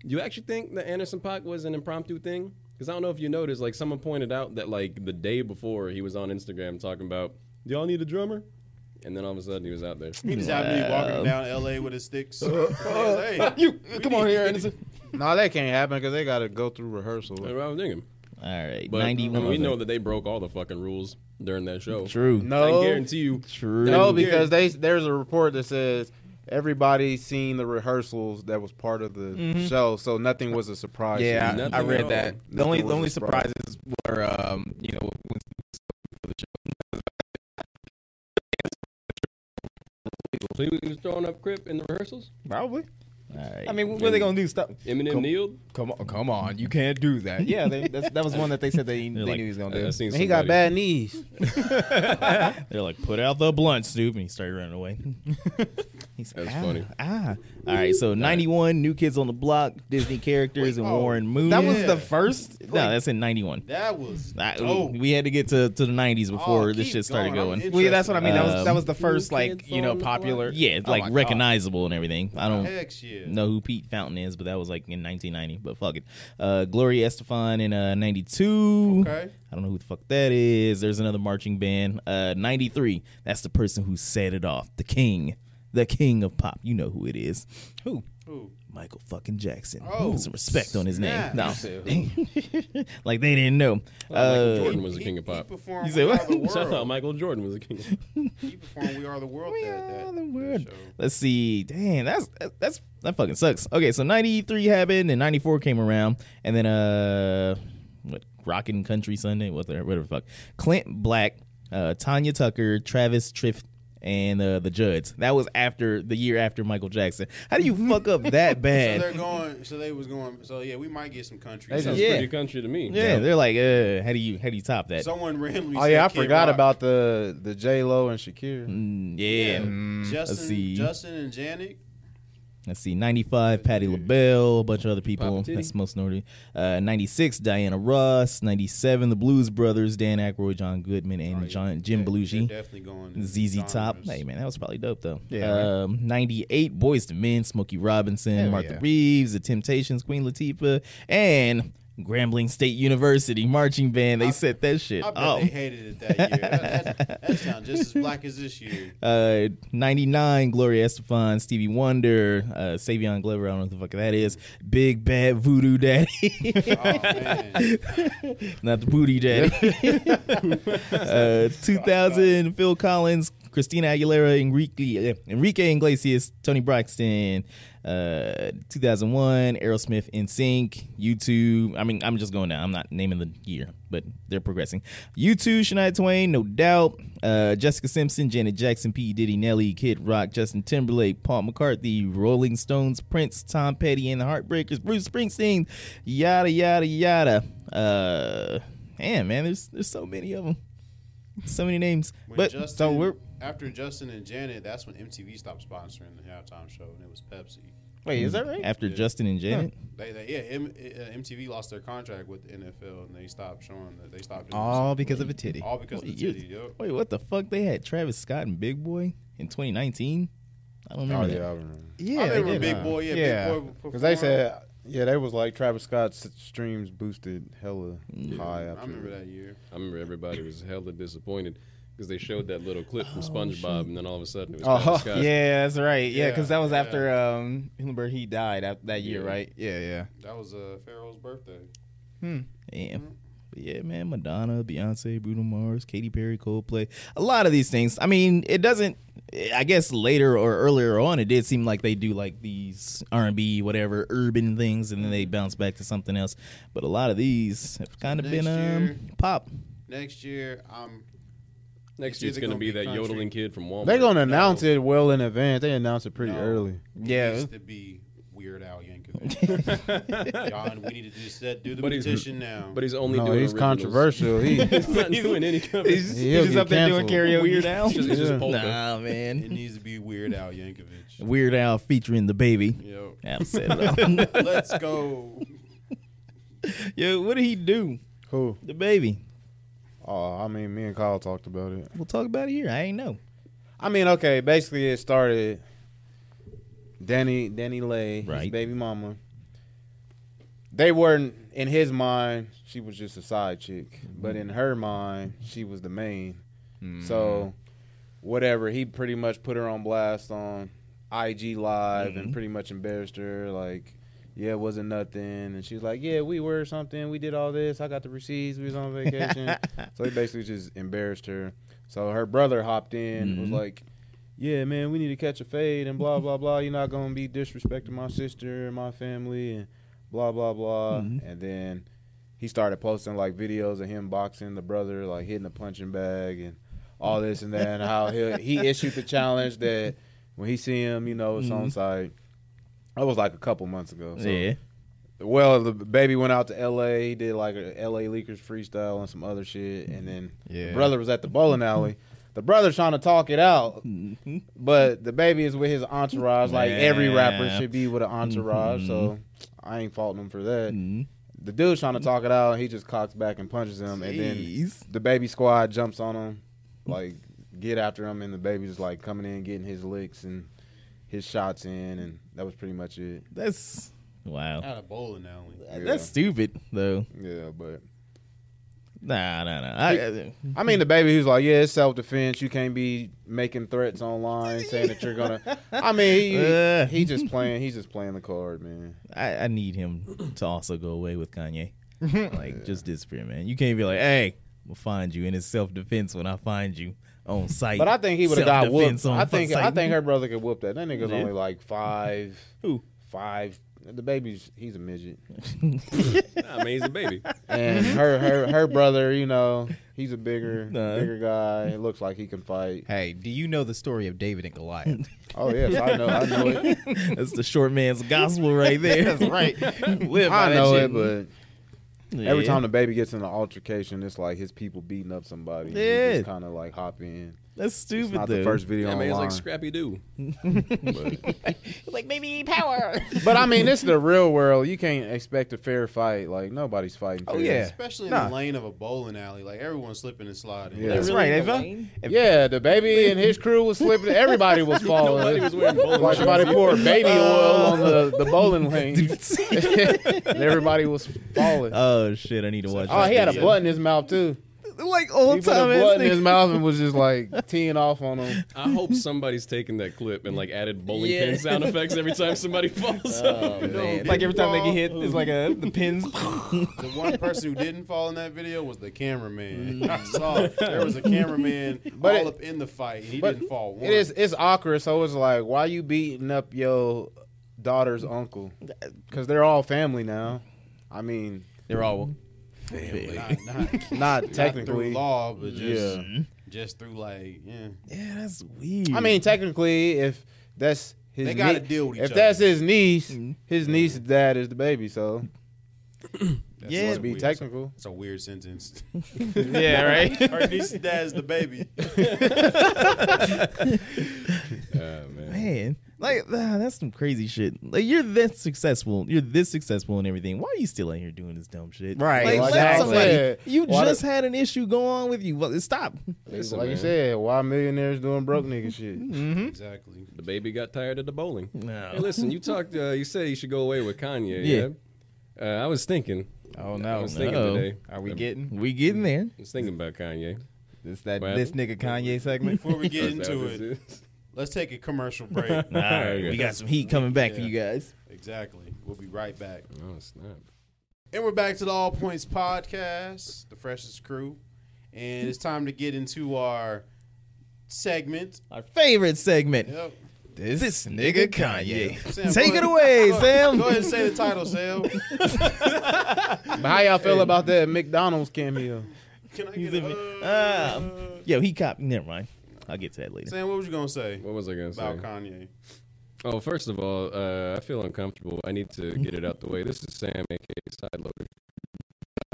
[SPEAKER 5] You actually think that Anderson Pac was an impromptu thing? Because I don't know if you noticed, like someone pointed out that like the day before he was on Instagram talking about, "Do y'all need a drummer?" And then all of a sudden he was out there.
[SPEAKER 4] he just happened to be walking down LA with his sticks. hey,
[SPEAKER 1] You come on here, Anderson.
[SPEAKER 2] no, that can't happen because they gotta go through rehearsal.
[SPEAKER 5] That's what I was thinking.
[SPEAKER 3] All right,
[SPEAKER 5] But
[SPEAKER 3] ninety one.
[SPEAKER 5] we know that they broke all the fucking rules during that show.
[SPEAKER 3] True.
[SPEAKER 2] No.
[SPEAKER 5] I guarantee you.
[SPEAKER 1] True.
[SPEAKER 2] No, because they there's a report that says everybody seen the rehearsals that was part of the
[SPEAKER 5] Mm-hmm.
[SPEAKER 2] show, so nothing was a surprise.
[SPEAKER 1] Yeah, I-
[SPEAKER 5] Nothing
[SPEAKER 1] I,
[SPEAKER 5] at
[SPEAKER 1] read
[SPEAKER 5] all.
[SPEAKER 1] that. The
[SPEAKER 2] Nothing
[SPEAKER 1] only
[SPEAKER 2] was
[SPEAKER 1] the only
[SPEAKER 2] a surprise.
[SPEAKER 1] surprises were um, you know, when-
[SPEAKER 5] Cleveland was throwing up Crip in the rehearsals.
[SPEAKER 1] probably.
[SPEAKER 3] All right.
[SPEAKER 1] I mean, what are they gonna do? Stop.
[SPEAKER 5] Eminem
[SPEAKER 1] Come-
[SPEAKER 5] kneeled.
[SPEAKER 1] Come on, come on! You can't do that. Yeah, they, that's, that was one that they said they, they
[SPEAKER 3] like,
[SPEAKER 1] knew he was gonna
[SPEAKER 5] I-
[SPEAKER 1] do.
[SPEAKER 5] I seen
[SPEAKER 2] he got
[SPEAKER 5] somebody-
[SPEAKER 2] bad knees.
[SPEAKER 3] They're like, put out the blunt, Snoop, and he started running away. He's
[SPEAKER 5] That's
[SPEAKER 3] ah,
[SPEAKER 5] funny.
[SPEAKER 3] Ah, all right. So ninety one, New Kids on the Block, Disney characters, and Warren Moon.
[SPEAKER 1] That was
[SPEAKER 4] Yeah.
[SPEAKER 1] the first.
[SPEAKER 3] no, that's in ninety one.
[SPEAKER 4] That was
[SPEAKER 3] That-
[SPEAKER 4] dope.
[SPEAKER 3] we had to get to, to the nineties before
[SPEAKER 4] Oh,
[SPEAKER 3] this
[SPEAKER 4] keep
[SPEAKER 3] shit started
[SPEAKER 4] going. I'm
[SPEAKER 3] going.
[SPEAKER 1] Well, yeah, that's what I mean. That was that
[SPEAKER 3] Um,
[SPEAKER 1] was the first like
[SPEAKER 5] Kids
[SPEAKER 1] you know
[SPEAKER 5] on the Block.
[SPEAKER 1] popular.
[SPEAKER 3] Yeah, it's
[SPEAKER 1] Oh
[SPEAKER 3] like
[SPEAKER 1] my God.
[SPEAKER 3] recognizable and everything. I don't
[SPEAKER 4] Heck yeah.
[SPEAKER 3] know who Pete Fountain is, but that was like in 1990. But fuck it. Uh, Gloria Estefan in uh, 92.
[SPEAKER 4] Okay.
[SPEAKER 3] I don't know who the fuck that is. There's another marching band. Uh, 93. That's the person who set it off. The king. The king of pop. You know who it is. Who?
[SPEAKER 4] Who?
[SPEAKER 3] Michael fucking Jackson.
[SPEAKER 4] Oh,
[SPEAKER 3] Put Some respect on his
[SPEAKER 4] snap.
[SPEAKER 3] name. No. like they didn't know.
[SPEAKER 5] Michael
[SPEAKER 3] Uh,
[SPEAKER 5] Jordan was the king of pop.
[SPEAKER 4] He performed
[SPEAKER 3] You said
[SPEAKER 4] We
[SPEAKER 3] what?
[SPEAKER 4] Are the
[SPEAKER 5] So I thought
[SPEAKER 4] World.
[SPEAKER 5] Michael Jordan was the king. of
[SPEAKER 4] he performed We Are the World.
[SPEAKER 3] We
[SPEAKER 4] that, that,
[SPEAKER 3] are the
[SPEAKER 4] that
[SPEAKER 3] world.
[SPEAKER 4] show.
[SPEAKER 3] Let's see. Damn, that's that's that fucking sucks. Okay, so '93 happened and '94 came around, and then uh, what? Rockin' Country Sunday, whatever, whatever the fuck. Clint Black, uh, Tanya Tucker, Travis Triff, and uh, the Judds. That was after the year after Michael Jackson. How do you fuck up that
[SPEAKER 4] So
[SPEAKER 3] bad?
[SPEAKER 4] they're going. So they was going. So yeah, we might get some country.
[SPEAKER 2] They
[SPEAKER 4] So
[SPEAKER 2] just-
[SPEAKER 5] That's
[SPEAKER 3] Yeah.
[SPEAKER 5] pretty country to me.
[SPEAKER 3] yeah, they're like, uh, how do you how do you top that?
[SPEAKER 4] Someone randomly.
[SPEAKER 2] Oh
[SPEAKER 4] said
[SPEAKER 2] yeah, I
[SPEAKER 4] Kid
[SPEAKER 2] forgot
[SPEAKER 4] Rock.
[SPEAKER 2] about the the J Lo and
[SPEAKER 5] Mm-hmm.
[SPEAKER 2] Shakira.
[SPEAKER 3] Mm, yeah.
[SPEAKER 4] Justin,
[SPEAKER 3] let's see.
[SPEAKER 4] Justin and Janet.
[SPEAKER 3] Let's see, 95, Patty LaBelle, a bunch of other people.
[SPEAKER 5] Papa Titty.
[SPEAKER 3] That's most noteworthy. Uh, 96, Diana Ross. 97, the Blues Brothers, Dan Aykroyd, John Goodman, and John, Jim
[SPEAKER 4] They- Oh, they're
[SPEAKER 3] Belushi.
[SPEAKER 4] Definitely going.
[SPEAKER 3] ZZ Top.
[SPEAKER 4] genres.
[SPEAKER 3] Hey, man, that was probably dope, though.
[SPEAKER 1] Yeah,
[SPEAKER 3] Um, 98, Boys to Men, Smokey Robinson,
[SPEAKER 1] Hell
[SPEAKER 3] Martha
[SPEAKER 1] yeah.
[SPEAKER 3] Reeves, The Temptations, Queen Latifah, and Grambling State University Marching Band. They set that shit
[SPEAKER 4] I bet
[SPEAKER 3] off.
[SPEAKER 4] they hated it that year. that, that, that sound just as black as this year.
[SPEAKER 3] Uh, 99, Gloria Estefan, Stevie Wonder, uh, Savion Glover, I don't know who the fuck that is. Big Bad Voodoo Daddy.
[SPEAKER 4] Oh man,
[SPEAKER 3] Not the booty daddy. uh, 2000, Phil Collins, Christina Aguilera, Enrique, uh, Enrique Iglesias, Tony Braxton. Uh, 2001, Aerosmith, NSYNC, U2. I mean, I'm just going down. I'm not naming the year, but they're progressing. U2, Shania Twain, No Doubt, uh, Jessica Simpson, Janet Jackson, P. E Diddy, Nelly, Kid Rock, Justin Timberlake, Paul McCartney, Rolling Stones, Prince, Tom Petty and the Heartbreakers, Bruce Springsteen, yada yada yada. Uh, man, man, there's there's so many of them, so many names.
[SPEAKER 4] when
[SPEAKER 3] But
[SPEAKER 4] Justin,
[SPEAKER 3] so we're
[SPEAKER 4] after Justin and Janet, that's when MTV stopped sponsoring the halftime show, and it was Pepsi.
[SPEAKER 1] Wait, is that right?
[SPEAKER 3] after Justin and Janet.
[SPEAKER 4] They, they yeah, M, uh, MTV lost their contract with the NFL, and they stopped showing that they stopped. doing
[SPEAKER 1] All because of a titty.
[SPEAKER 4] all because of the
[SPEAKER 3] Years-
[SPEAKER 4] titty. Yep.
[SPEAKER 3] Wait, what the fuck? They had Travis Scott and Big Boy in 2019. I don't
[SPEAKER 2] Oh
[SPEAKER 3] remember that.
[SPEAKER 2] yeah, I remember.
[SPEAKER 1] Yeah,
[SPEAKER 4] I
[SPEAKER 1] they
[SPEAKER 4] remember
[SPEAKER 1] did.
[SPEAKER 4] Big Boy. Yeah,
[SPEAKER 1] Yeah.
[SPEAKER 4] Big Boy
[SPEAKER 2] Because they
[SPEAKER 4] performed.
[SPEAKER 2] said, yeah, they was like Travis Scott's streams boosted hella high.
[SPEAKER 4] I
[SPEAKER 2] After
[SPEAKER 4] remember that year.
[SPEAKER 5] I remember everybody was hella disappointed because they showed that little clip from SpongeBob, and then all of a sudden it was
[SPEAKER 2] Oh,
[SPEAKER 5] Travis Scott.
[SPEAKER 1] Yeah, that's right. Yeah,
[SPEAKER 4] Yeah,
[SPEAKER 1] because that was
[SPEAKER 4] yeah.
[SPEAKER 1] after um, Hillenberg he died after that year,
[SPEAKER 5] Yeah.
[SPEAKER 1] right? Yeah, yeah.
[SPEAKER 4] That was uh, Pharaoh's birthday.
[SPEAKER 3] Yeah. But yeah, man, Madonna, Beyonce, Bruno Mars, Katy Perry, Coldplay. A lot of these things. I mean, it doesn't I guess later or earlier on it did seem like they do like these R&B whatever urban things and then they bounce back to something else. But a lot of these have kind of
[SPEAKER 4] Next
[SPEAKER 3] been
[SPEAKER 4] year.
[SPEAKER 3] um pop.
[SPEAKER 4] Next year, I'm
[SPEAKER 5] Next
[SPEAKER 4] Either
[SPEAKER 5] year's gonna
[SPEAKER 4] gonna
[SPEAKER 5] be
[SPEAKER 4] be
[SPEAKER 5] that
[SPEAKER 4] country.
[SPEAKER 5] yodeling kid from Walmart.
[SPEAKER 2] They're gonna announce it well in advance. They announce it pretty
[SPEAKER 4] No.
[SPEAKER 2] early.
[SPEAKER 1] Yeah.
[SPEAKER 4] Needs to be Weird Al Yankovic. Y'all, we need to do set, do the
[SPEAKER 5] But he's-
[SPEAKER 4] petition now.
[SPEAKER 5] but he's only
[SPEAKER 2] No,
[SPEAKER 5] doing.
[SPEAKER 2] he's
[SPEAKER 5] originals.
[SPEAKER 2] controversial. He
[SPEAKER 5] He's not doing any covers.
[SPEAKER 1] He's,
[SPEAKER 2] He'll
[SPEAKER 1] just
[SPEAKER 2] get
[SPEAKER 1] up there doing
[SPEAKER 2] canceled.
[SPEAKER 1] karaoke.
[SPEAKER 3] Weird Al.
[SPEAKER 5] It's just, it's just polka.
[SPEAKER 3] nah,
[SPEAKER 4] it
[SPEAKER 3] man.
[SPEAKER 4] needs to be Weird Al Yankovic.
[SPEAKER 3] Weird Al featuring the baby.
[SPEAKER 4] Yo,
[SPEAKER 3] Al said it all.
[SPEAKER 4] let's go.
[SPEAKER 3] Yo, what did he do?
[SPEAKER 2] who?
[SPEAKER 3] The baby.
[SPEAKER 2] Oh, I mean, me and Kyle talked about it.
[SPEAKER 3] We'll talk about it here. I ain't know.
[SPEAKER 2] I mean, okay, basically it started. Danny, Danny Lay, his
[SPEAKER 3] Right.
[SPEAKER 2] baby mama. They weren't in his mind. She was just a side chick, but in her mind, she was the main. So, whatever he pretty much put her on blast on IG Live and pretty much embarrassed her. Like yeah, it wasn't nothing. And she's like, yeah, we were something. We did all this. I got the receipts. We was on vacation. so they basically just embarrassed her. So her brother hopped in and was like, yeah, man, we need to catch a fade and blah, blah, blah. You're not going to be disrespecting my sister and my family and blah, blah, blah. And then he started posting like videos of him boxing the brother, like hitting the punching bag and all this and that, and how he, he issued the challenge that when he see him, you know, it's on site. That was like a couple months ago. So.
[SPEAKER 3] yeah.
[SPEAKER 2] Well, the baby went out to L.A. He did like a L.A. Leakers freestyle and some other shit, and then
[SPEAKER 1] Yeah.
[SPEAKER 2] the brother was at the bowling alley. The brother's trying to talk it out, but the baby is with his entourage. Like every rapper
[SPEAKER 3] Yeah. Mm-hmm.
[SPEAKER 2] should be with an entourage, so I ain't faulting him for that. The dude's trying to talk it out. He just cocks back and punches him, and then
[SPEAKER 3] Jeez.
[SPEAKER 2] the baby squad jumps on him, like get after him, and the baby's like coming in, getting his licks and his shots in, and that was pretty much it.
[SPEAKER 3] That's wow.
[SPEAKER 4] Out of bowling alley.
[SPEAKER 2] Yeah.
[SPEAKER 3] That's stupid though.
[SPEAKER 2] Yeah, but.
[SPEAKER 3] Nah, nah, nah. I, I,
[SPEAKER 2] I mean, the baby who's like, yeah, it's self defense. You can't be making threats online saying that you're gonna. I mean, he,
[SPEAKER 3] Ugh.
[SPEAKER 2] he just playing. He's just playing the card, man.
[SPEAKER 3] I, I need him to also go away with Kanye. like, just disappear, man. You can't be like, hey, we'll find you. And it's self defense when I find you on site.
[SPEAKER 2] But I think he would have got
[SPEAKER 3] Self-defense
[SPEAKER 2] whooped.
[SPEAKER 3] on
[SPEAKER 2] I think
[SPEAKER 3] site.
[SPEAKER 2] I think her brother could whoop that. That nigga's
[SPEAKER 3] Yeah.
[SPEAKER 2] only like five,
[SPEAKER 3] Who?
[SPEAKER 2] five. The baby's he's a midget,
[SPEAKER 5] Nah, man, he's a baby.
[SPEAKER 2] and her her her brother, you know, he's a bigger
[SPEAKER 3] Nah.
[SPEAKER 2] bigger guy. It looks like he can fight.
[SPEAKER 1] Hey, do you know the story of David and Goliath?
[SPEAKER 2] Oh yes, I know, I know it,
[SPEAKER 3] That's the short man's gospel right there. That's right. Live by
[SPEAKER 2] I
[SPEAKER 3] that
[SPEAKER 2] know
[SPEAKER 3] shit.
[SPEAKER 2] it. But every
[SPEAKER 3] Yeah.
[SPEAKER 2] time the baby gets in an altercation, it's like his people beating up somebody.
[SPEAKER 3] Yeah.
[SPEAKER 2] Yeah, kind of like hop in.
[SPEAKER 3] That's stupid,
[SPEAKER 2] It's not
[SPEAKER 3] though.
[SPEAKER 2] the first video
[SPEAKER 5] That
[SPEAKER 2] online.
[SPEAKER 5] man's like Scrappy Doo.
[SPEAKER 3] like, maybe power.
[SPEAKER 2] but I mean, this is the real world. You can't expect a fair fight. Like nobody's fighting. Fair.
[SPEAKER 1] Oh, yeah.
[SPEAKER 4] Especially in
[SPEAKER 1] Nah.
[SPEAKER 4] the lane of a bowling alley. Like everyone's slipping and sliding.
[SPEAKER 2] Yeah.
[SPEAKER 1] That's right.
[SPEAKER 2] Really
[SPEAKER 1] If I,
[SPEAKER 2] yeah. The baby and his crew was slipping. Everybody was falling. Uh,
[SPEAKER 5] Nobody was wearing bowling
[SPEAKER 2] Like,
[SPEAKER 5] shoes.
[SPEAKER 2] somebody poured baby oil on the, the bowling lane. and everybody was falling.
[SPEAKER 3] oh, shit. I need to watch
[SPEAKER 2] oh,
[SPEAKER 3] that
[SPEAKER 2] he had a
[SPEAKER 3] video.
[SPEAKER 2] blunt in his mouth too.
[SPEAKER 3] Like, old
[SPEAKER 2] He put a
[SPEAKER 3] time ass
[SPEAKER 2] blunt in
[SPEAKER 3] nigga.
[SPEAKER 2] his mouth and was just like teeing off on him.
[SPEAKER 5] I hope somebody's taken that clip and like added bowling
[SPEAKER 3] Yeah.
[SPEAKER 5] pin sound effects every time somebody falls. up.
[SPEAKER 1] like every time they get hit, it's like a the pins.
[SPEAKER 4] The one person who didn't fall in that video was the cameraman. I saw there was a cameraman
[SPEAKER 2] Mm. But
[SPEAKER 4] all
[SPEAKER 2] it-
[SPEAKER 4] up in the fight, and he
[SPEAKER 2] but
[SPEAKER 4] didn't fall once.
[SPEAKER 2] It is. It's awkward. So it's like, why you beating up your daughter's uncle? Because they're all family now. I mean,
[SPEAKER 1] They're all
[SPEAKER 4] not, not, not
[SPEAKER 2] not
[SPEAKER 4] through
[SPEAKER 2] technically.
[SPEAKER 4] law, but just
[SPEAKER 2] Yeah.
[SPEAKER 4] just through like yeah.
[SPEAKER 3] Yeah, that's weird.
[SPEAKER 2] I mean, technically, if that's his,
[SPEAKER 4] They gotta
[SPEAKER 2] nie-
[SPEAKER 4] deal with each
[SPEAKER 2] If
[SPEAKER 4] other.
[SPEAKER 2] that's his niece, his niece's dad is the baby. So
[SPEAKER 4] That's
[SPEAKER 3] Yeah.
[SPEAKER 4] that's
[SPEAKER 2] to be
[SPEAKER 4] weird.
[SPEAKER 2] technical,
[SPEAKER 4] It's a weird sentence.
[SPEAKER 1] yeah, right.
[SPEAKER 4] Her niece dad's the baby.
[SPEAKER 5] Uh, man.
[SPEAKER 3] man like ah, that's some crazy shit like you're this successful you're this successful and everything why are you still out here doing this dumb shit
[SPEAKER 1] Right,
[SPEAKER 3] like,
[SPEAKER 1] like
[SPEAKER 3] let
[SPEAKER 1] I
[SPEAKER 3] somebody-
[SPEAKER 2] said.
[SPEAKER 3] you
[SPEAKER 2] Why
[SPEAKER 3] just
[SPEAKER 2] the-
[SPEAKER 3] had an issue go on with you well, stop
[SPEAKER 2] it's
[SPEAKER 5] Listen,
[SPEAKER 2] like you
[SPEAKER 5] man.
[SPEAKER 2] said, why millionaires doing broke nigga shit?
[SPEAKER 4] Exactly.
[SPEAKER 5] The baby got tired of the bowling.
[SPEAKER 3] No.
[SPEAKER 5] Hey, listen, you talked. Uh, you said you should go away with Kanye.
[SPEAKER 3] Yeah.
[SPEAKER 5] Yeah. Uh, I was thinking.
[SPEAKER 1] Oh
[SPEAKER 5] I
[SPEAKER 1] no,
[SPEAKER 5] was thinking
[SPEAKER 3] no.
[SPEAKER 5] today.
[SPEAKER 1] are we
[SPEAKER 5] I
[SPEAKER 1] getting
[SPEAKER 3] we getting there
[SPEAKER 5] was thinking about Kanye.
[SPEAKER 1] this that
[SPEAKER 5] What
[SPEAKER 1] this
[SPEAKER 5] happened?
[SPEAKER 1] nigga Kanye segment?
[SPEAKER 4] Before we get
[SPEAKER 5] That's how
[SPEAKER 4] into
[SPEAKER 5] this
[SPEAKER 4] it,
[SPEAKER 5] is.
[SPEAKER 4] let's take a commercial break.
[SPEAKER 3] all right we got some heat coming back for
[SPEAKER 4] Yeah.
[SPEAKER 3] you guys
[SPEAKER 4] exactly. We'll be right back.
[SPEAKER 5] Oh snap!
[SPEAKER 4] And we're back to the All Points Podcast, the freshest crew. And it's time to get into our segment.
[SPEAKER 3] our favorite segment
[SPEAKER 4] Yep.
[SPEAKER 1] This, nigga Kanye.
[SPEAKER 4] Sam,
[SPEAKER 3] take
[SPEAKER 4] go ahead-
[SPEAKER 3] it away
[SPEAKER 4] go-
[SPEAKER 3] sam
[SPEAKER 4] Go ahead and say the title, Sam.
[SPEAKER 2] But how y'all feel about that McDonald's cameo?
[SPEAKER 4] Can I
[SPEAKER 3] He's
[SPEAKER 4] get
[SPEAKER 3] in
[SPEAKER 4] a,
[SPEAKER 3] me.
[SPEAKER 4] uh,
[SPEAKER 3] Um, yo he cop never mind i'll get to that later
[SPEAKER 4] Sam, what was you going to say
[SPEAKER 5] What was I gonna
[SPEAKER 4] about
[SPEAKER 5] say?
[SPEAKER 4] Kanye?
[SPEAKER 5] Oh, first of all, uh, I feel uncomfortable. I need to get it out the way. This is Sam, aka Sideloader.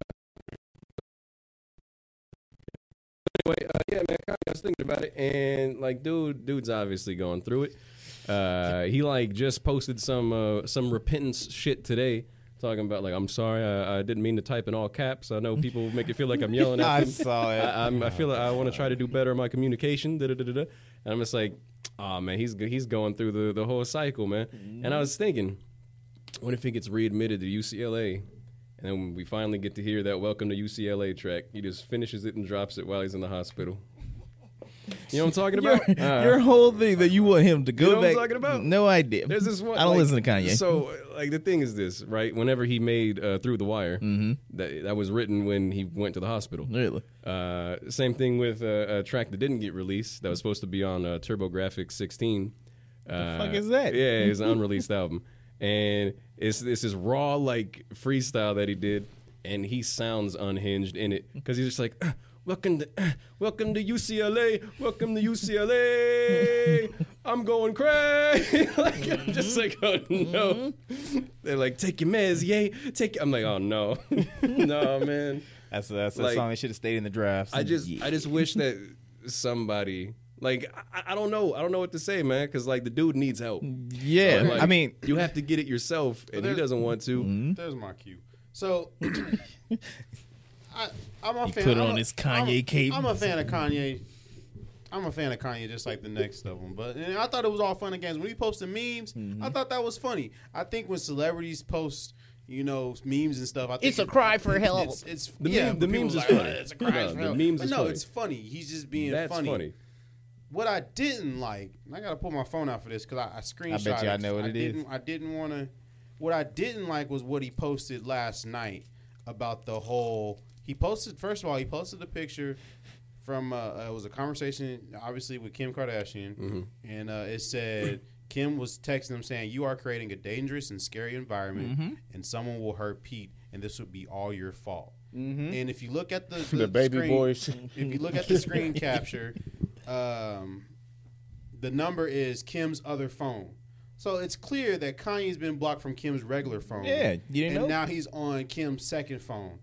[SPEAKER 5] Anyway, uh, yeah, man, Kanye, I was thinking about it, and like, dude, dude's obviously going through it. Uh, he like just posted some uh, some repentance shit today, talking about like, I'm sorry, I, I didn't mean to type in all caps. I know people make it feel like I'm yelling at
[SPEAKER 1] I
[SPEAKER 5] them.
[SPEAKER 1] saw it.
[SPEAKER 5] I, I'm, I feel like I want to try to do better in my communication. Da, da, da, da, da. And I'm just like, oh man, he's go- he's going through the, the whole cycle, man. And I was thinking, what if he gets readmitted to UCLA? And then we finally get to hear that "Welcome to UCLA" track. He just finishes it and drops it while he's in the hospital. You know what I'm talking
[SPEAKER 3] Your,
[SPEAKER 5] about? Uh,
[SPEAKER 3] your whole thing that you want him to go
[SPEAKER 5] You know what
[SPEAKER 3] back.
[SPEAKER 5] I'm talking about?
[SPEAKER 3] No idea.
[SPEAKER 5] There's this one.
[SPEAKER 3] I don't
[SPEAKER 5] like-
[SPEAKER 3] listen to Kanye.
[SPEAKER 5] So, like, the thing is this, right? Whenever he made uh, "Through the Wire,"
[SPEAKER 3] Mm-hmm.
[SPEAKER 5] that that was written when he went to the hospital.
[SPEAKER 3] really.
[SPEAKER 5] Uh, same thing with uh, a track that didn't get released that was supposed to be on uh, TurboGrafx 16. Uh,
[SPEAKER 3] fuck is that?
[SPEAKER 5] Yeah, it's an unreleased album, and it's this is raw like freestyle that he did, and he sounds unhinged in it because he's just like. "Uh, Welcome to, uh, welcome to UCLA. Welcome to UCLA. I'm going crazy. like, I'm just like,
[SPEAKER 3] Mm-hmm.
[SPEAKER 5] oh no. They're like, take your meds, yay. Take. I'm like, oh no, no man.
[SPEAKER 1] That's that's
[SPEAKER 5] Like-
[SPEAKER 1] a song that should have stayed in the drafts.
[SPEAKER 5] I just I just wish that somebody like I, I don't know I don't know what to say, man. Because like the dude needs help.
[SPEAKER 3] Yeah.
[SPEAKER 5] Like,
[SPEAKER 1] I mean-
[SPEAKER 5] you have to get it yourself, and he
[SPEAKER 4] there's-
[SPEAKER 5] doesn't want to.
[SPEAKER 4] There's my cue. So, I, I'm a fan.
[SPEAKER 3] put
[SPEAKER 4] I'm
[SPEAKER 3] on
[SPEAKER 4] a-
[SPEAKER 3] his Kanye
[SPEAKER 4] I'm,
[SPEAKER 3] cape.
[SPEAKER 4] I'm a fan of Kanye. I'm a fan of Kanye, just like the next of them. But and I thought it was all fun and games. When he posted memes,
[SPEAKER 5] Mm-hmm.
[SPEAKER 4] I thought that was funny. I think when celebrities post, you know, memes and stuff, I think
[SPEAKER 6] It's a cry for help.
[SPEAKER 4] It's, it's
[SPEAKER 5] The
[SPEAKER 4] yeah,
[SPEAKER 5] meme- the
[SPEAKER 4] people
[SPEAKER 5] memes
[SPEAKER 4] are
[SPEAKER 5] is
[SPEAKER 4] like,
[SPEAKER 5] funny.
[SPEAKER 4] "Oh, It's a cry
[SPEAKER 5] No,
[SPEAKER 4] for
[SPEAKER 5] the
[SPEAKER 4] help."
[SPEAKER 5] memes
[SPEAKER 4] But
[SPEAKER 5] is
[SPEAKER 4] no,
[SPEAKER 5] funny.
[SPEAKER 4] it's funny. He's just being
[SPEAKER 5] That's funny.
[SPEAKER 4] what I didn't like, and I gotta pull my phone out for this because I, I screenshot.
[SPEAKER 1] bet you I know what
[SPEAKER 4] I
[SPEAKER 1] it is.
[SPEAKER 4] didn't, I didn't want to. What I didn't like was what he posted last night about the whole. He posted first of all, he posted a picture from uh, uh, it was a conversation, obviously with Kim Kardashian, and uh, it said Kim was texting him saying, "You are creating a dangerous and scary environment,
[SPEAKER 1] Mm-hmm.
[SPEAKER 4] and someone will hurt Pete, and this would be all your fault."
[SPEAKER 1] Mm-hmm.
[SPEAKER 4] And if you look at the the,
[SPEAKER 2] The baby
[SPEAKER 4] screen-
[SPEAKER 2] boy sh-
[SPEAKER 4] if you look at the screen capture, um, the number is Kim's other phone. So it's clear that Kanye's been blocked from Kim's regular phone.
[SPEAKER 1] Yeah, you didn't
[SPEAKER 4] and
[SPEAKER 1] know?
[SPEAKER 4] now he's on Kim's second phone.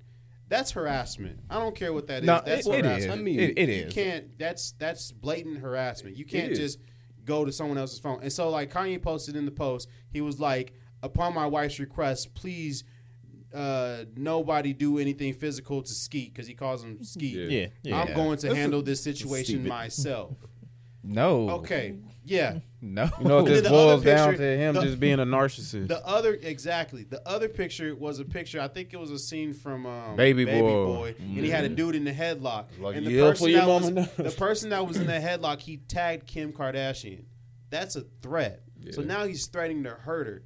[SPEAKER 4] That's harassment. I don't care what that is.
[SPEAKER 1] no,
[SPEAKER 4] that's
[SPEAKER 1] it, it is.
[SPEAKER 4] harassment.
[SPEAKER 5] I mean,
[SPEAKER 1] it, it
[SPEAKER 4] You
[SPEAKER 1] is.
[SPEAKER 4] can't. That's that's blatant harassment. You can't
[SPEAKER 5] is.
[SPEAKER 4] just go to someone else's phone. And so, like Kanye posted in the post, he was like, "Upon my wife's request, please, uh, nobody do anything physical to Skeet because he calls him Skeet.
[SPEAKER 5] Yeah.
[SPEAKER 1] Yeah,
[SPEAKER 4] I'm
[SPEAKER 1] yeah.
[SPEAKER 4] going to
[SPEAKER 1] That's
[SPEAKER 4] handle this situation
[SPEAKER 1] stupid.
[SPEAKER 4] myself.
[SPEAKER 1] No.
[SPEAKER 4] Okay, yeah.
[SPEAKER 1] No.
[SPEAKER 2] You know, it
[SPEAKER 4] Then
[SPEAKER 2] just
[SPEAKER 4] the
[SPEAKER 2] boils
[SPEAKER 4] other
[SPEAKER 2] down
[SPEAKER 4] picture-
[SPEAKER 2] to him
[SPEAKER 4] the-
[SPEAKER 2] just being a narcissist.
[SPEAKER 4] The other exactly. The other picture was a picture. I think it was a scene from um,
[SPEAKER 2] Baby Boy.
[SPEAKER 4] and he had a dude in the headlock.
[SPEAKER 2] Like,
[SPEAKER 4] and the
[SPEAKER 2] yeah, for your
[SPEAKER 4] that was,
[SPEAKER 2] mama.
[SPEAKER 4] the person that was in the headlock, he tagged Kim Kardashian. That's a threat. So
[SPEAKER 5] Yeah.
[SPEAKER 4] now he's threatening to hurt her.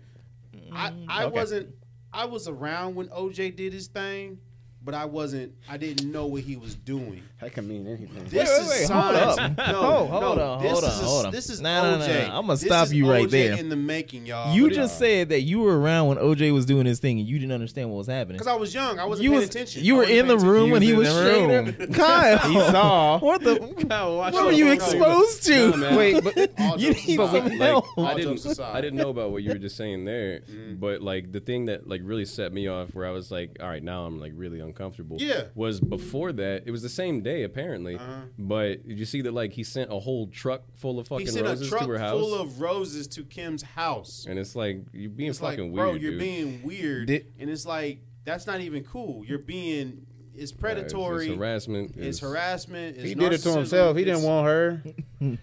[SPEAKER 4] I I wasn't. I was around when OJ did his thing, but I wasn't. I didn't know what he was doing.
[SPEAKER 2] that can mean anything.
[SPEAKER 4] This
[SPEAKER 1] wait,
[SPEAKER 4] is
[SPEAKER 1] wait, hold
[SPEAKER 4] signs.
[SPEAKER 1] up.
[SPEAKER 4] No,
[SPEAKER 1] Hold-
[SPEAKER 4] no,
[SPEAKER 1] hold on,
[SPEAKER 4] this
[SPEAKER 1] hold
[SPEAKER 4] is
[SPEAKER 1] on,
[SPEAKER 4] a-
[SPEAKER 1] hold on.
[SPEAKER 4] This is
[SPEAKER 3] Nah, nah, nah,
[SPEAKER 4] OJ.
[SPEAKER 3] nah. I'ma
[SPEAKER 4] This
[SPEAKER 3] stop
[SPEAKER 4] is
[SPEAKER 3] you right
[SPEAKER 4] OJ
[SPEAKER 3] there.
[SPEAKER 4] In the making,
[SPEAKER 5] Oh,
[SPEAKER 4] y'all.
[SPEAKER 3] You just said that you were around when OJ was doing his thing and you didn't understand what was happening.
[SPEAKER 4] Because I was young. I wasn't
[SPEAKER 3] You
[SPEAKER 4] paying
[SPEAKER 3] was
[SPEAKER 4] attention.
[SPEAKER 3] you
[SPEAKER 4] I
[SPEAKER 3] were
[SPEAKER 4] wasn't
[SPEAKER 3] in the
[SPEAKER 4] paying attention.
[SPEAKER 3] room when he
[SPEAKER 1] He
[SPEAKER 3] was
[SPEAKER 1] was in the
[SPEAKER 3] shading. Kyle,
[SPEAKER 1] He saw.
[SPEAKER 3] what the?
[SPEAKER 5] what
[SPEAKER 3] What were you
[SPEAKER 4] don't know.
[SPEAKER 3] exposed to?
[SPEAKER 5] No, man.
[SPEAKER 1] Wait, but
[SPEAKER 4] All
[SPEAKER 3] You
[SPEAKER 4] jokes
[SPEAKER 3] need
[SPEAKER 4] aside.
[SPEAKER 3] some help.
[SPEAKER 4] All
[SPEAKER 5] I
[SPEAKER 4] jokes
[SPEAKER 5] didn't.
[SPEAKER 4] aside.
[SPEAKER 5] I didn't know about what you were just saying there,
[SPEAKER 4] Mm-hmm.
[SPEAKER 5] but like the thing that like really set me off, where I was like, "All right, now I'm like really uncomfortable."
[SPEAKER 4] Yeah. Uh-huh.
[SPEAKER 5] Was before that, it was the same day apparently, but did you see that like he sent a whole truck full
[SPEAKER 4] He
[SPEAKER 5] of fucking
[SPEAKER 4] sent
[SPEAKER 5] roses
[SPEAKER 4] a truck
[SPEAKER 5] to her house,
[SPEAKER 4] full of roses to Kim's house.
[SPEAKER 5] and it's like you're being
[SPEAKER 4] It's like,
[SPEAKER 5] fucking
[SPEAKER 4] bro,
[SPEAKER 5] weird,
[SPEAKER 4] you're
[SPEAKER 5] dude.
[SPEAKER 4] being weird,
[SPEAKER 1] Did-
[SPEAKER 4] and it's like that's not even cool. You're being it's predatory.
[SPEAKER 5] Uh, It's, it's harassment.
[SPEAKER 4] it's, harassment. It's
[SPEAKER 2] He did it to
[SPEAKER 4] narcissism,
[SPEAKER 2] himself. He didn't
[SPEAKER 4] it's-
[SPEAKER 2] want her.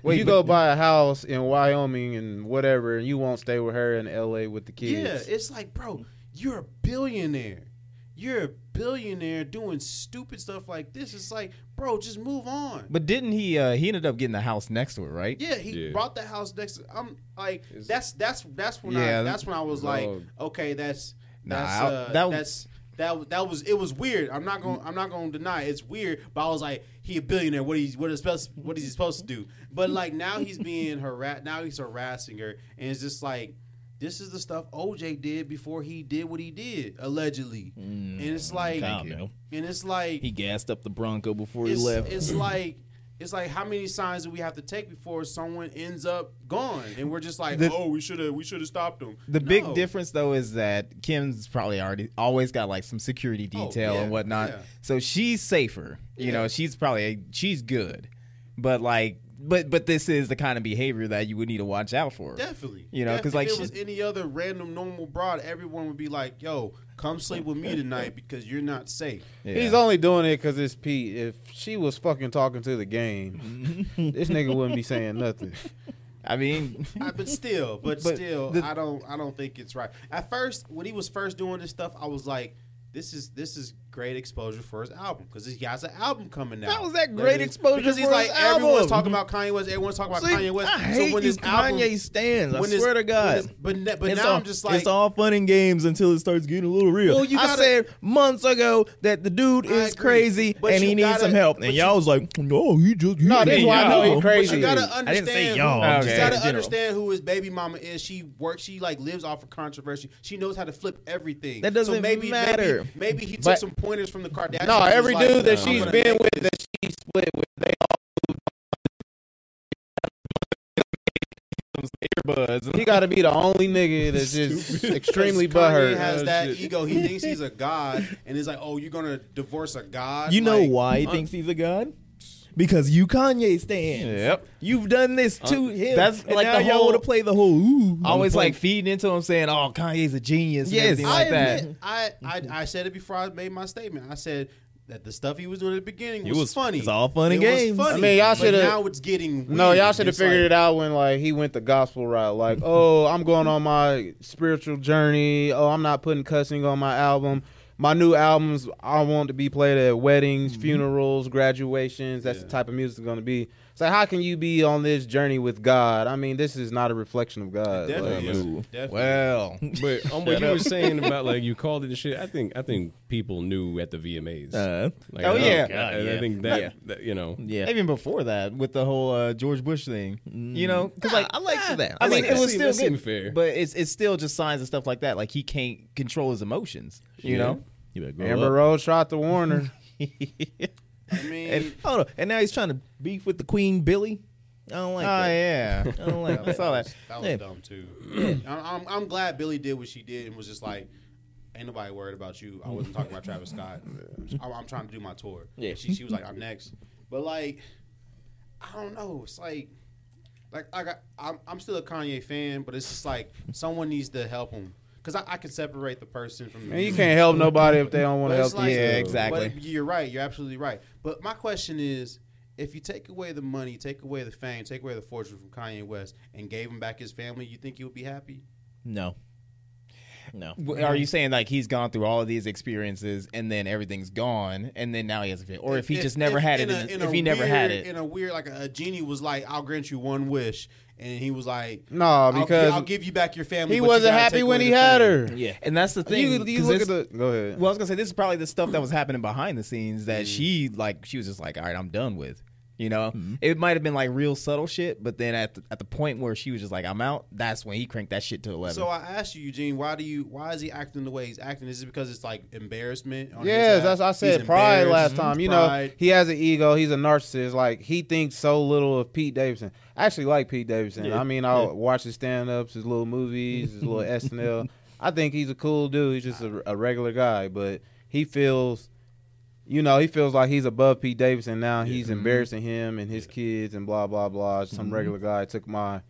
[SPEAKER 2] Wait, you go buy a house in Wyoming and whatever, and you won't stay with her in L.A. with the
[SPEAKER 4] Yeah,
[SPEAKER 2] kids.
[SPEAKER 4] it's like, bro, you're a billionaire. You're a billionaire doing stupid stuff like this. It's like, bro, just move on.
[SPEAKER 1] but didn't he? Uh, he ended up getting the house next to it, right?
[SPEAKER 4] Yeah, he
[SPEAKER 5] Yeah.
[SPEAKER 4] brought the house next. to I'm like, that's that's that's when I
[SPEAKER 1] Yeah.
[SPEAKER 4] that's when I was like,
[SPEAKER 5] Dog.
[SPEAKER 4] okay, that's
[SPEAKER 1] Nah,
[SPEAKER 4] that's
[SPEAKER 1] I-
[SPEAKER 4] uh,
[SPEAKER 1] that was-
[SPEAKER 4] that's that that was it was weird. I'm not going to I'm not going to deny it. it's weird, but I was like, he a billionaire. What he's what is supposed what is he supposed to do? But like now he's being harassed. Now he's harassing her, and it's just like. This is the stuff OJ did before he did what he did, allegedly,
[SPEAKER 1] Mm,
[SPEAKER 4] and it's like,
[SPEAKER 3] Calm down.
[SPEAKER 4] and it's like
[SPEAKER 3] He gassed up the Bronco before he
[SPEAKER 4] it's,
[SPEAKER 3] left.
[SPEAKER 4] it's like it's like how many signs do we have to take before someone ends up gone and we're just like
[SPEAKER 1] The-
[SPEAKER 4] oh we should have we should have stopped them
[SPEAKER 1] The big difference though is that Kim's probably already always got like some security
[SPEAKER 4] Oh,
[SPEAKER 1] detail
[SPEAKER 4] yeah,
[SPEAKER 1] and whatnot,
[SPEAKER 4] yeah.
[SPEAKER 1] so she's safer. You know,
[SPEAKER 4] Yeah.
[SPEAKER 1] she's probably she's good, but like, but but this is the kind of behavior that you would need to watch out for.
[SPEAKER 4] definitely
[SPEAKER 1] You know, 'cause,
[SPEAKER 4] Def-
[SPEAKER 1] like,
[SPEAKER 4] if
[SPEAKER 1] she-
[SPEAKER 4] it was any other random normal broad everyone would be like yo come sleep with me tonight because you're not safe
[SPEAKER 1] Yeah.
[SPEAKER 2] He's only doing it because it's Pete. If she was fucking talking to the game, this nigga wouldn't be saying nothing.
[SPEAKER 1] I mean,
[SPEAKER 4] I, but still but,
[SPEAKER 1] But
[SPEAKER 4] still
[SPEAKER 1] the-
[SPEAKER 4] i don't i don't think it's right at first when he was first doing this stuff i was like this is this is great exposure for his album because he has an album coming out.
[SPEAKER 1] How was that great
[SPEAKER 4] Because-
[SPEAKER 1] exposure
[SPEAKER 4] Because he's
[SPEAKER 1] for
[SPEAKER 4] like
[SPEAKER 1] his
[SPEAKER 4] everyone's
[SPEAKER 1] album?
[SPEAKER 4] talking about Kanye West. Everyone's talking about
[SPEAKER 1] See,
[SPEAKER 4] Kanye West.
[SPEAKER 1] I hate
[SPEAKER 4] so when
[SPEAKER 1] you,
[SPEAKER 4] this album,
[SPEAKER 1] Kanye stands. I
[SPEAKER 4] when this-
[SPEAKER 1] swear to God.
[SPEAKER 4] when this- but ne- but
[SPEAKER 3] It's
[SPEAKER 4] now
[SPEAKER 3] all-
[SPEAKER 4] I'm just like
[SPEAKER 3] it's all fun and games until it starts getting a little real.
[SPEAKER 4] Well, you
[SPEAKER 3] I
[SPEAKER 4] gotta-
[SPEAKER 3] said months ago that the dude
[SPEAKER 4] I
[SPEAKER 3] is
[SPEAKER 4] agree,
[SPEAKER 3] crazy
[SPEAKER 4] but
[SPEAKER 3] and
[SPEAKER 4] you
[SPEAKER 3] he needs
[SPEAKER 4] gotta-
[SPEAKER 3] some help,
[SPEAKER 4] but
[SPEAKER 3] and
[SPEAKER 4] you-
[SPEAKER 3] y'all was like, "No, he just he
[SPEAKER 2] No, this is
[SPEAKER 3] just-
[SPEAKER 2] why I know
[SPEAKER 3] y'all."
[SPEAKER 2] he crazy.
[SPEAKER 4] But you gotta understand.
[SPEAKER 3] I didn't say y'all.
[SPEAKER 4] who-
[SPEAKER 3] I'm
[SPEAKER 4] You
[SPEAKER 1] just
[SPEAKER 4] gotta
[SPEAKER 3] saying in general.
[SPEAKER 4] understand who his baby mama is. She works. She like lives off of controversy. She knows how to flip everything.
[SPEAKER 3] That doesn't
[SPEAKER 4] so maybe,
[SPEAKER 3] matter.
[SPEAKER 4] Maybe, maybe he took
[SPEAKER 2] But-
[SPEAKER 4] some pointers from the Kardashians.
[SPEAKER 2] No,
[SPEAKER 4] He's
[SPEAKER 2] every
[SPEAKER 4] like,
[SPEAKER 2] dude that
[SPEAKER 4] "I'm
[SPEAKER 2] she's
[SPEAKER 4] gonna
[SPEAKER 2] been
[SPEAKER 4] make
[SPEAKER 2] with, that she split with, they all. He got to be the only nigga that's just extremely
[SPEAKER 4] Because Kanye
[SPEAKER 2] butthurt.
[SPEAKER 4] has
[SPEAKER 5] Oh,
[SPEAKER 4] that
[SPEAKER 5] shit.
[SPEAKER 4] ego. He thinks he's a god, and he's like, "Oh, you're gonna divorce a god."
[SPEAKER 3] You know
[SPEAKER 4] Like,
[SPEAKER 3] why he thinks he's a god? Because you Kanye stands.
[SPEAKER 1] Yep. Uh,
[SPEAKER 3] You've done this to him.
[SPEAKER 1] that's
[SPEAKER 3] and
[SPEAKER 1] like
[SPEAKER 3] now
[SPEAKER 1] the
[SPEAKER 3] y'all
[SPEAKER 1] whole-
[SPEAKER 3] want to play the whole. Ooh,
[SPEAKER 1] I always like feeding into him saying, "Oh, Kanye's a genius."
[SPEAKER 3] Yes.
[SPEAKER 1] and everything
[SPEAKER 4] I
[SPEAKER 1] like that.
[SPEAKER 4] admit, I, I I said it before I made my statement. I said that the stuff he was doing at the beginning
[SPEAKER 3] It
[SPEAKER 4] was,
[SPEAKER 3] was-
[SPEAKER 4] funny.
[SPEAKER 3] it's all fun and
[SPEAKER 4] It
[SPEAKER 3] games.
[SPEAKER 4] Was funny,
[SPEAKER 2] I mean, y'all
[SPEAKER 4] but
[SPEAKER 2] shoulda-
[SPEAKER 4] Now it's getting. Weird.
[SPEAKER 2] No, y'all should have
[SPEAKER 4] It's like-
[SPEAKER 2] figured it out when like he went the gospel route. Like, oh, I'm going on my spiritual journey. Oh, I'm not putting cussing on my album. My new albums, I want to be played at weddings,
[SPEAKER 4] Mm-hmm.
[SPEAKER 2] funerals, graduations. That's the type of music it's going to be. So how can you be on this journey with God? I mean, this is not a reflection of God.
[SPEAKER 4] Definitely,
[SPEAKER 2] Like,
[SPEAKER 4] is.
[SPEAKER 5] Ooh.
[SPEAKER 4] Definitely.
[SPEAKER 1] Well,
[SPEAKER 5] But on what you were saying about like you called it and shit, I think I think people knew at the VMAs.
[SPEAKER 3] Uh,
[SPEAKER 5] like,
[SPEAKER 1] oh, yeah.
[SPEAKER 5] God, I,
[SPEAKER 3] Yeah.
[SPEAKER 5] I think that, that, you know.
[SPEAKER 3] yeah.
[SPEAKER 1] even before that, with the whole uh, George Bush thing, you know, because like
[SPEAKER 3] I like that.
[SPEAKER 1] I,
[SPEAKER 3] I
[SPEAKER 1] mean,
[SPEAKER 3] like
[SPEAKER 1] it
[SPEAKER 3] that.
[SPEAKER 1] was
[SPEAKER 5] That
[SPEAKER 1] still
[SPEAKER 5] seemed- that
[SPEAKER 1] good,
[SPEAKER 5] seemed fair.
[SPEAKER 1] but it's it's still just signs and stuff like that. Like he can't control his emotions, you
[SPEAKER 5] Yeah.
[SPEAKER 1] know.
[SPEAKER 3] You better grow
[SPEAKER 2] Amber
[SPEAKER 3] up.
[SPEAKER 2] Rose shot the Warner.
[SPEAKER 4] I mean,
[SPEAKER 3] And, hold on. And now he's trying to beef with the Queen Billy. I don't like
[SPEAKER 1] oh
[SPEAKER 3] that.
[SPEAKER 1] yeah,
[SPEAKER 3] I don't like
[SPEAKER 1] I
[SPEAKER 3] that.
[SPEAKER 1] saw that.
[SPEAKER 4] That was
[SPEAKER 3] Yeah.
[SPEAKER 4] dumb too. I'm, I'm, I'm glad Billy did what she did and was just like, "Ain't nobody worried about you." I wasn't talking about Travis Scott. I'm, I'm trying to do my tour. Yeah. She, she was like, "I'm next," but like, I don't know. It's like, like I got, I'm, I'm still a Kanye fan, but it's just like someone needs to help him because I, I can separate the person from. the
[SPEAKER 2] Man, you
[SPEAKER 4] music.
[SPEAKER 2] can't help nobody if they don't want
[SPEAKER 4] But
[SPEAKER 2] to help
[SPEAKER 4] it's like-
[SPEAKER 2] you.
[SPEAKER 1] Yeah, exactly.
[SPEAKER 4] but you're right. You're absolutely right. But my question is, if you take away the money, take away the fame, take away the fortune from Kanye West, and gave him back his family, you think he would be happy?
[SPEAKER 3] No. No.
[SPEAKER 1] W- Are you saying like he's gone through all of these experiences and then everything's gone and then now he has a fit, or if he just never had it,
[SPEAKER 4] in a-
[SPEAKER 1] in his-
[SPEAKER 4] in
[SPEAKER 1] if
[SPEAKER 4] a
[SPEAKER 1] he never had
[SPEAKER 4] weird- in
[SPEAKER 1] it,
[SPEAKER 4] a weird, like a, a genie was like, "I'll grant you one wish," and he was like,
[SPEAKER 2] No,
[SPEAKER 4] I'll gi-
[SPEAKER 2] because
[SPEAKER 4] I'll, give you back your family."
[SPEAKER 2] He
[SPEAKER 4] but you
[SPEAKER 2] wasn't
[SPEAKER 4] gotta
[SPEAKER 2] happy
[SPEAKER 4] take
[SPEAKER 2] when
[SPEAKER 4] away
[SPEAKER 2] he
[SPEAKER 4] the
[SPEAKER 2] had
[SPEAKER 4] fame."
[SPEAKER 2] her.
[SPEAKER 1] yeah, and that's the thing.
[SPEAKER 2] You, you
[SPEAKER 1] 'cause
[SPEAKER 2] look
[SPEAKER 1] this-
[SPEAKER 2] at the. Go ahead.
[SPEAKER 1] Well, I was gonna say this is probably the stuff that was happening behind the scenes that she like she was just like, all right, I'm done with. You know, it might have been like real subtle shit, but then at the, at the point where she was just like, I'm out. That's when he cranked that shit to eleven.
[SPEAKER 4] So I asked you, Eugene, why do you? Why is he acting the way he's acting? Is it because it's like embarrassment? on his
[SPEAKER 2] Yes,
[SPEAKER 4] app?
[SPEAKER 2] that's I
[SPEAKER 4] He's
[SPEAKER 2] said pride
[SPEAKER 4] embarrassed.
[SPEAKER 2] last time. You know,
[SPEAKER 4] Pride.
[SPEAKER 2] he has an ego. He's a narcissist. Like he thinks so little of Pete Davidson. I actually like Pete Davidson. I mean, I watch his stand ups, his little movies, his little SNL. I think he's a cool dude. He's just a, a regular guy, but he feels, you know, he feels like he's above Pete Davidson now. He's
[SPEAKER 4] Mm-hmm.
[SPEAKER 2] embarrassing him and his kids and blah blah blah. Some regular guy took my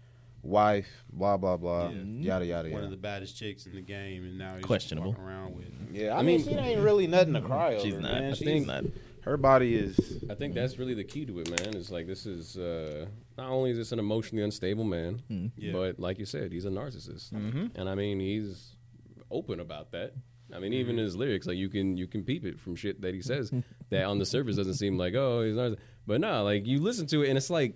[SPEAKER 2] wife. Blah blah blah. Yada yada
[SPEAKER 4] one of
[SPEAKER 2] yada.
[SPEAKER 4] the baddest chicks in the game, and now he's
[SPEAKER 3] Questionable.
[SPEAKER 4] walking around with.
[SPEAKER 2] Yeah, I mean, she ain't really nothing to cry over.
[SPEAKER 3] She's not.
[SPEAKER 2] man.
[SPEAKER 3] She's
[SPEAKER 2] She's-
[SPEAKER 3] not.
[SPEAKER 2] Her body is.
[SPEAKER 5] I think that's really the key to it, man. Is like this is uh, not only is this an emotionally unstable man,
[SPEAKER 4] Yeah.
[SPEAKER 5] but like you said, he's a narcissist, and I mean he's open about that. I mean, even his lyrics, like you can you can peep it from shit that he says that on the surface doesn't seem like oh he's narcissist, but no, like you listen to it and it's like.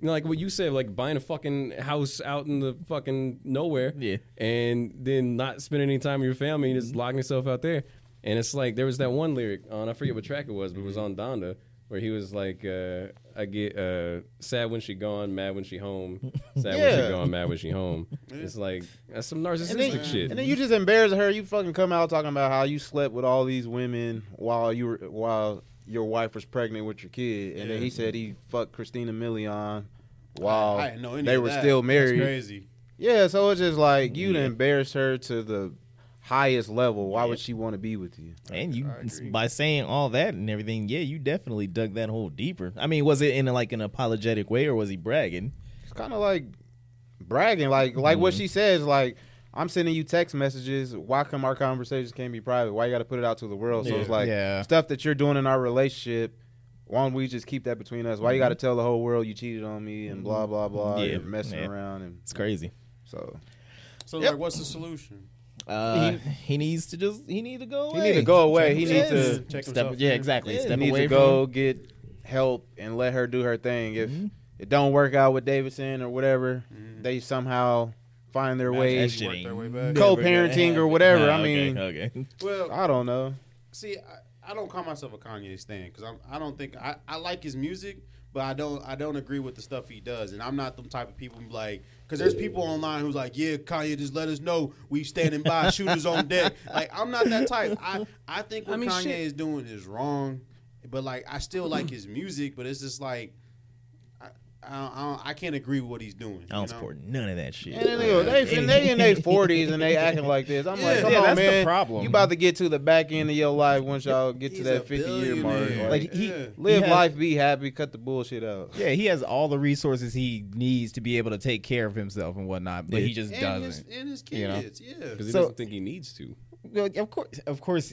[SPEAKER 5] You know, like what you said, like buying a fucking house out in the fucking nowhere,
[SPEAKER 3] Yeah.
[SPEAKER 5] and then not spending any time with your family, and just locking yourself out there. And it's like there was that one lyric on I forget what track it was, but it was on Donda where he was like, uh, "I get uh, sad when she gone, mad when she home, sad when
[SPEAKER 2] Yeah.
[SPEAKER 5] she gone, mad when she home." It's like that's some narcissistic
[SPEAKER 2] And then,
[SPEAKER 5] shit.
[SPEAKER 2] and then you just embarrass her. You fucking come out talking about how you slept with all these women while you were while your wife was pregnant with your kid, and then
[SPEAKER 4] Yeah.
[SPEAKER 2] he said he fucked Christina Milian while
[SPEAKER 4] I didn't know any
[SPEAKER 2] they
[SPEAKER 4] of
[SPEAKER 2] were
[SPEAKER 4] that.
[SPEAKER 2] still
[SPEAKER 4] That's
[SPEAKER 2] married.
[SPEAKER 4] crazy.
[SPEAKER 2] Yeah, so it's just like you embarrassed her to the highest level. Why would she want to be with you?
[SPEAKER 3] And you,
[SPEAKER 4] I agree.
[SPEAKER 3] by saying all that and everything, yeah, you definitely dug that hole deeper. I mean, was it in like an apologetic way, or was he bragging?
[SPEAKER 2] It's kind of like bragging, like like
[SPEAKER 3] Mm-hmm.
[SPEAKER 2] what she says, like. I'm sending you text messages. Why come our conversations can't be private? Why you got to put it out to the world? So it's like
[SPEAKER 1] Yeah.
[SPEAKER 2] stuff that you're doing in our relationship. Why don't we just keep that between us? Why you got to tell the whole world you cheated on me and blah blah blah?
[SPEAKER 3] Mm-hmm. Yeah.
[SPEAKER 2] You're messing
[SPEAKER 3] Yeah.
[SPEAKER 2] around and
[SPEAKER 3] It's crazy.
[SPEAKER 2] so
[SPEAKER 4] So like, what's the solution?
[SPEAKER 3] Uh, he, needs to just he need to go
[SPEAKER 2] He
[SPEAKER 3] away.
[SPEAKER 2] need to go away. He
[SPEAKER 3] Check
[SPEAKER 2] needs
[SPEAKER 3] himself.
[SPEAKER 2] to
[SPEAKER 4] Check
[SPEAKER 3] step,
[SPEAKER 4] himself.
[SPEAKER 3] yeah, exactly.
[SPEAKER 2] he
[SPEAKER 3] Step
[SPEAKER 2] needs
[SPEAKER 3] away
[SPEAKER 2] to
[SPEAKER 3] from
[SPEAKER 2] go get help and let her do her thing. If
[SPEAKER 3] Mm-hmm.
[SPEAKER 2] it don't work out with Davidson or whatever, they somehow find their way,
[SPEAKER 3] that shit
[SPEAKER 4] Work their way
[SPEAKER 3] ain't
[SPEAKER 4] back.
[SPEAKER 3] never gonna
[SPEAKER 2] co-parenting or
[SPEAKER 3] happen.
[SPEAKER 2] whatever.
[SPEAKER 3] Nah,
[SPEAKER 2] I
[SPEAKER 3] okay,
[SPEAKER 2] mean,
[SPEAKER 3] okay.
[SPEAKER 4] Well,
[SPEAKER 2] I don't know.
[SPEAKER 4] See, I, I don't call myself a Kanye stan because I'm I don't think I, I like his music, but I don't I don't agree with the stuff he does, and I'm not the type of people who like because there's people online who's like, yeah, Kanye, just let us know we standing by, shooters on deck. Like I'm not that type. I I think what
[SPEAKER 3] mean,
[SPEAKER 4] Kanye
[SPEAKER 3] shit.
[SPEAKER 4] is doing is wrong, but like I still like his music, but it's just like. I, I, don't, I can't agree with what he's doing.
[SPEAKER 3] I
[SPEAKER 4] you
[SPEAKER 3] don't
[SPEAKER 4] know?
[SPEAKER 3] support none of that shit.
[SPEAKER 2] And then they, go, they, and they in their forties and they acting like this. I'm like,
[SPEAKER 4] Yeah,
[SPEAKER 2] come
[SPEAKER 1] yeah,
[SPEAKER 2] on,
[SPEAKER 1] that's the
[SPEAKER 2] man.
[SPEAKER 1] problem.
[SPEAKER 2] You about to get to the back end of your life once y'all get to
[SPEAKER 4] He's
[SPEAKER 2] that
[SPEAKER 4] a
[SPEAKER 2] fifty year mark.
[SPEAKER 4] billionaire.
[SPEAKER 2] Like,
[SPEAKER 1] Like, he-
[SPEAKER 4] Yeah.
[SPEAKER 2] live
[SPEAKER 1] He has-
[SPEAKER 2] life, be happy, cut the bullshit out.
[SPEAKER 1] Yeah, he has all the resources he needs to be able to take care of himself and whatnot, but he just
[SPEAKER 4] and his,
[SPEAKER 1] doesn't.
[SPEAKER 4] and his
[SPEAKER 1] you know?
[SPEAKER 4] kids, yeah.
[SPEAKER 5] because he
[SPEAKER 1] So-
[SPEAKER 5] doesn't think he needs to.
[SPEAKER 1] Well, of course, of course,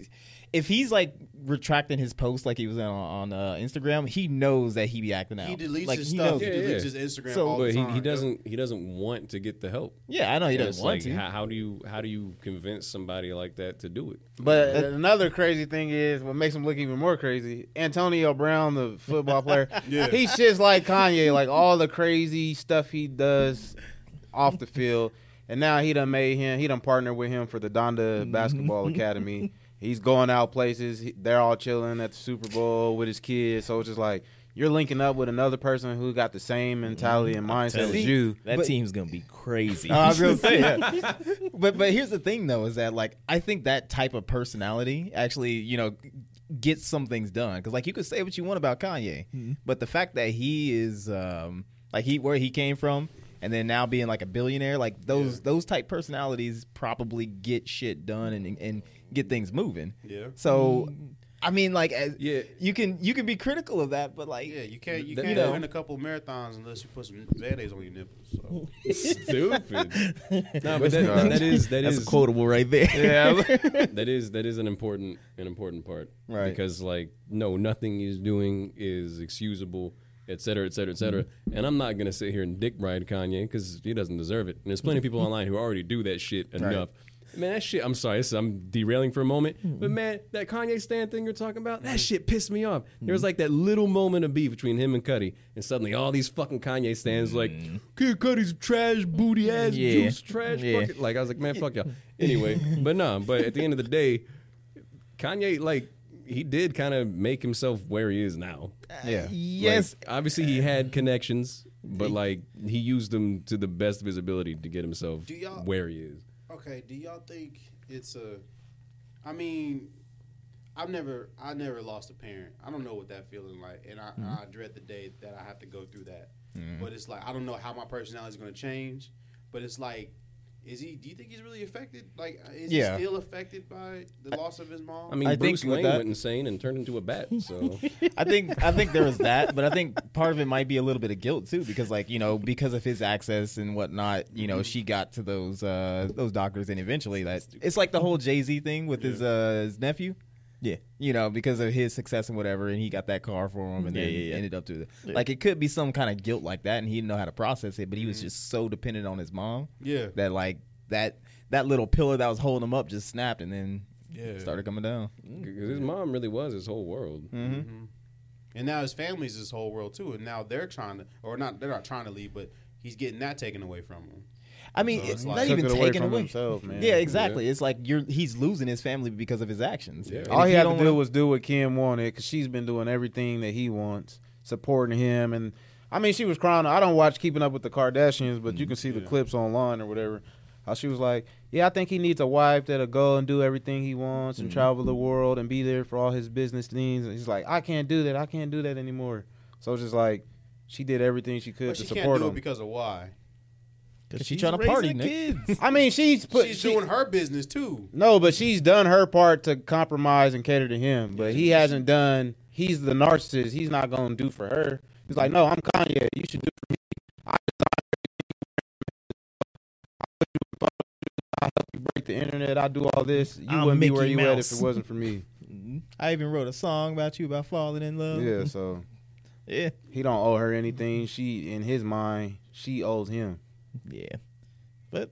[SPEAKER 1] if he's like retracting his post like he was on, on uh, Instagram, he knows that he be acting out.
[SPEAKER 4] He deletes
[SPEAKER 1] like,
[SPEAKER 4] his
[SPEAKER 1] he
[SPEAKER 4] stuff.
[SPEAKER 1] knows-
[SPEAKER 4] He
[SPEAKER 5] Yeah,
[SPEAKER 4] deletes
[SPEAKER 5] yeah.
[SPEAKER 4] his Instagram
[SPEAKER 1] So-
[SPEAKER 4] all the
[SPEAKER 5] But he,
[SPEAKER 4] time.
[SPEAKER 5] he doesn't he doesn't want to get the help.
[SPEAKER 1] Yeah, I know he
[SPEAKER 5] And
[SPEAKER 1] doesn't
[SPEAKER 5] it's
[SPEAKER 1] want
[SPEAKER 5] like,
[SPEAKER 1] to.
[SPEAKER 5] How, how do you how do you convince somebody like that to do it?
[SPEAKER 2] But another crazy thing is what makes him look even more crazy. Antonio Brown, the football player,
[SPEAKER 4] Yeah.
[SPEAKER 2] he shits like Kanye, like all the crazy stuff he does off the field. And now he done made him. He done partnered with him for the Donda Basketball Academy. He's going out places. He- They're all chilling at the Super Bowl with his kids. So it's just like you're linking up with another person who got the same mentality and mindset
[SPEAKER 3] telling
[SPEAKER 2] as
[SPEAKER 1] you.
[SPEAKER 2] you.
[SPEAKER 3] that
[SPEAKER 1] But- Oh,
[SPEAKER 3] team's gonna be crazy.
[SPEAKER 1] I was gonna say, yeah. but but here's the thing though, is that like I think that type of personality actually, you know, gets some things done. Because like you could say what you want about Kanye, but the fact that he is um like he where he came from, and then now being like a billionaire, like those those type personalities probably get shit done and and get things moving.
[SPEAKER 4] Yeah.
[SPEAKER 1] So. I mean, like, as,
[SPEAKER 5] Yeah.
[SPEAKER 1] you can you can be critical of that, but like,
[SPEAKER 4] Yeah, you can't you
[SPEAKER 5] That-
[SPEAKER 4] can't
[SPEAKER 1] you know.
[SPEAKER 4] win a couple marathons unless you put some band-aids on your nipples. So.
[SPEAKER 5] Stupid. no, but
[SPEAKER 2] That's
[SPEAKER 5] that,
[SPEAKER 2] right.
[SPEAKER 5] that is that
[SPEAKER 3] That's
[SPEAKER 5] is-
[SPEAKER 3] quotable right there.
[SPEAKER 5] that is that is an important an important part
[SPEAKER 1] Right.
[SPEAKER 5] because like no nothing is doing is excusable et cetera et cetera et cetera
[SPEAKER 3] Mm-hmm.
[SPEAKER 5] and i'm not gonna sit here and dick ride kanye because he doesn't deserve it and there's plenty of people online who already do that shit enough Man, that shit. I'm sorry, this, I'm derailing for a moment,
[SPEAKER 3] Mm-hmm.
[SPEAKER 5] but man, that Kanye Stan thing you're talking about, that shit pissed me off. There
[SPEAKER 3] Mm-hmm.
[SPEAKER 5] was like that little moment of beef between him and Cuddy, and suddenly all these fucking Kanye stands like, "Kid Cuddy's trash, booty ass,
[SPEAKER 3] Mm-hmm. Yeah.
[SPEAKER 5] juice, trash,
[SPEAKER 3] Yeah.
[SPEAKER 5] fucking." Like I was like, man, fuck y'all. Anyway, but no, but at the end of the day, Kanye, like, he did kind of make himself where he is now.
[SPEAKER 1] yeah,
[SPEAKER 5] Yes. obviously, he had connections, but, like, he used them to the best of his ability to get himself
[SPEAKER 4] Do y'all-
[SPEAKER 5] where he is.
[SPEAKER 4] Okay, do y'all think it's a? I mean, I've never I never lost a parent. I don't know what that feeling like, and I,
[SPEAKER 1] Mm-hmm.
[SPEAKER 4] I dread the day that I have to go through that. But it's like I don't know how my personality is going to change. But it's like, is he? Do you think he's really affected? Like, is
[SPEAKER 1] Yeah.
[SPEAKER 4] he still affected by the loss of his mom?
[SPEAKER 5] I mean,
[SPEAKER 1] I think
[SPEAKER 5] Bruce
[SPEAKER 1] with
[SPEAKER 5] Wayne
[SPEAKER 1] that-
[SPEAKER 5] went insane and turned into a bat, so.
[SPEAKER 1] I think I think there was that, but I think part of it might be a little bit of guilt too, because like you know, because of his access and whatnot, you know, she got to those uh, those doctors, and eventually that it's like the whole Jay Z thing with his uh, his nephew.
[SPEAKER 3] Yeah.
[SPEAKER 1] you know, because of his success and whatever, and he got that car for him, and
[SPEAKER 3] Yeah,
[SPEAKER 1] then
[SPEAKER 3] yeah, yeah.
[SPEAKER 1] ended up to like it could be some kind of guilt like that, and he didn't know how to process it, but he
[SPEAKER 3] Mm-hmm.
[SPEAKER 1] was just so dependent on his mom
[SPEAKER 4] yeah,
[SPEAKER 1] that like that that little pillar that was holding him up just snapped, and then
[SPEAKER 4] Yeah.
[SPEAKER 1] started coming down.
[SPEAKER 5] Because his mom really was his whole world.
[SPEAKER 4] And now his family's his whole world too, and now they're trying to, or not, they're not trying to leave, but he's getting that taken away from him.
[SPEAKER 1] I mean,
[SPEAKER 4] So it's
[SPEAKER 1] it's
[SPEAKER 4] like-
[SPEAKER 1] not
[SPEAKER 2] Took
[SPEAKER 1] even
[SPEAKER 2] it away
[SPEAKER 1] taken
[SPEAKER 2] from
[SPEAKER 1] away.
[SPEAKER 2] himself, man.
[SPEAKER 1] Yeah, exactly. It's like you're he's losing his family because of his actions.
[SPEAKER 5] Yeah.
[SPEAKER 1] And
[SPEAKER 2] All
[SPEAKER 1] if
[SPEAKER 2] he
[SPEAKER 1] you
[SPEAKER 2] had to
[SPEAKER 1] don't
[SPEAKER 2] do
[SPEAKER 1] wanna-
[SPEAKER 2] was do what Kim wanted because she's been doing everything that he wants, supporting him. And I mean, she was crying. I don't watch Keeping Up with the Kardashians, but you
[SPEAKER 1] Mm,
[SPEAKER 2] can see the clips online or whatever. How she was like, "Yeah, I think he needs a wife that'll go and do everything he wants
[SPEAKER 1] Mm-hmm.
[SPEAKER 2] and travel the world and be there for all his business things." And he's like, "I can't do that. I can't do that anymore." So it's just like she did everything she could
[SPEAKER 4] But
[SPEAKER 2] to
[SPEAKER 4] she can't
[SPEAKER 2] support
[SPEAKER 4] do
[SPEAKER 2] him.
[SPEAKER 4] it because of why?
[SPEAKER 1] Cause she
[SPEAKER 3] He's
[SPEAKER 1] trying to
[SPEAKER 3] raising
[SPEAKER 1] party,
[SPEAKER 3] the
[SPEAKER 1] Nick.
[SPEAKER 3] kids.
[SPEAKER 2] I mean, she's put
[SPEAKER 4] She's
[SPEAKER 2] she-
[SPEAKER 4] doing her business too.
[SPEAKER 2] No, but she's done her part to compromise and cater to him, but he hasn't done. He's the narcissist. He's not gonna do for her. He's like, no, I'm Kanye. You should do for me. I design everything. I put you in front of you. I help you break the internet. I do all this. You
[SPEAKER 3] I'm
[SPEAKER 2] wouldn't be where
[SPEAKER 3] Mickey
[SPEAKER 2] you at if
[SPEAKER 3] Mouse.
[SPEAKER 2] it wasn't for me.
[SPEAKER 1] I even wrote a song about you about falling in love.
[SPEAKER 2] Yeah, so
[SPEAKER 1] yeah,
[SPEAKER 2] he don't owe her anything. She, in his mind, she owes him.
[SPEAKER 1] uh,
[SPEAKER 3] Yeah. But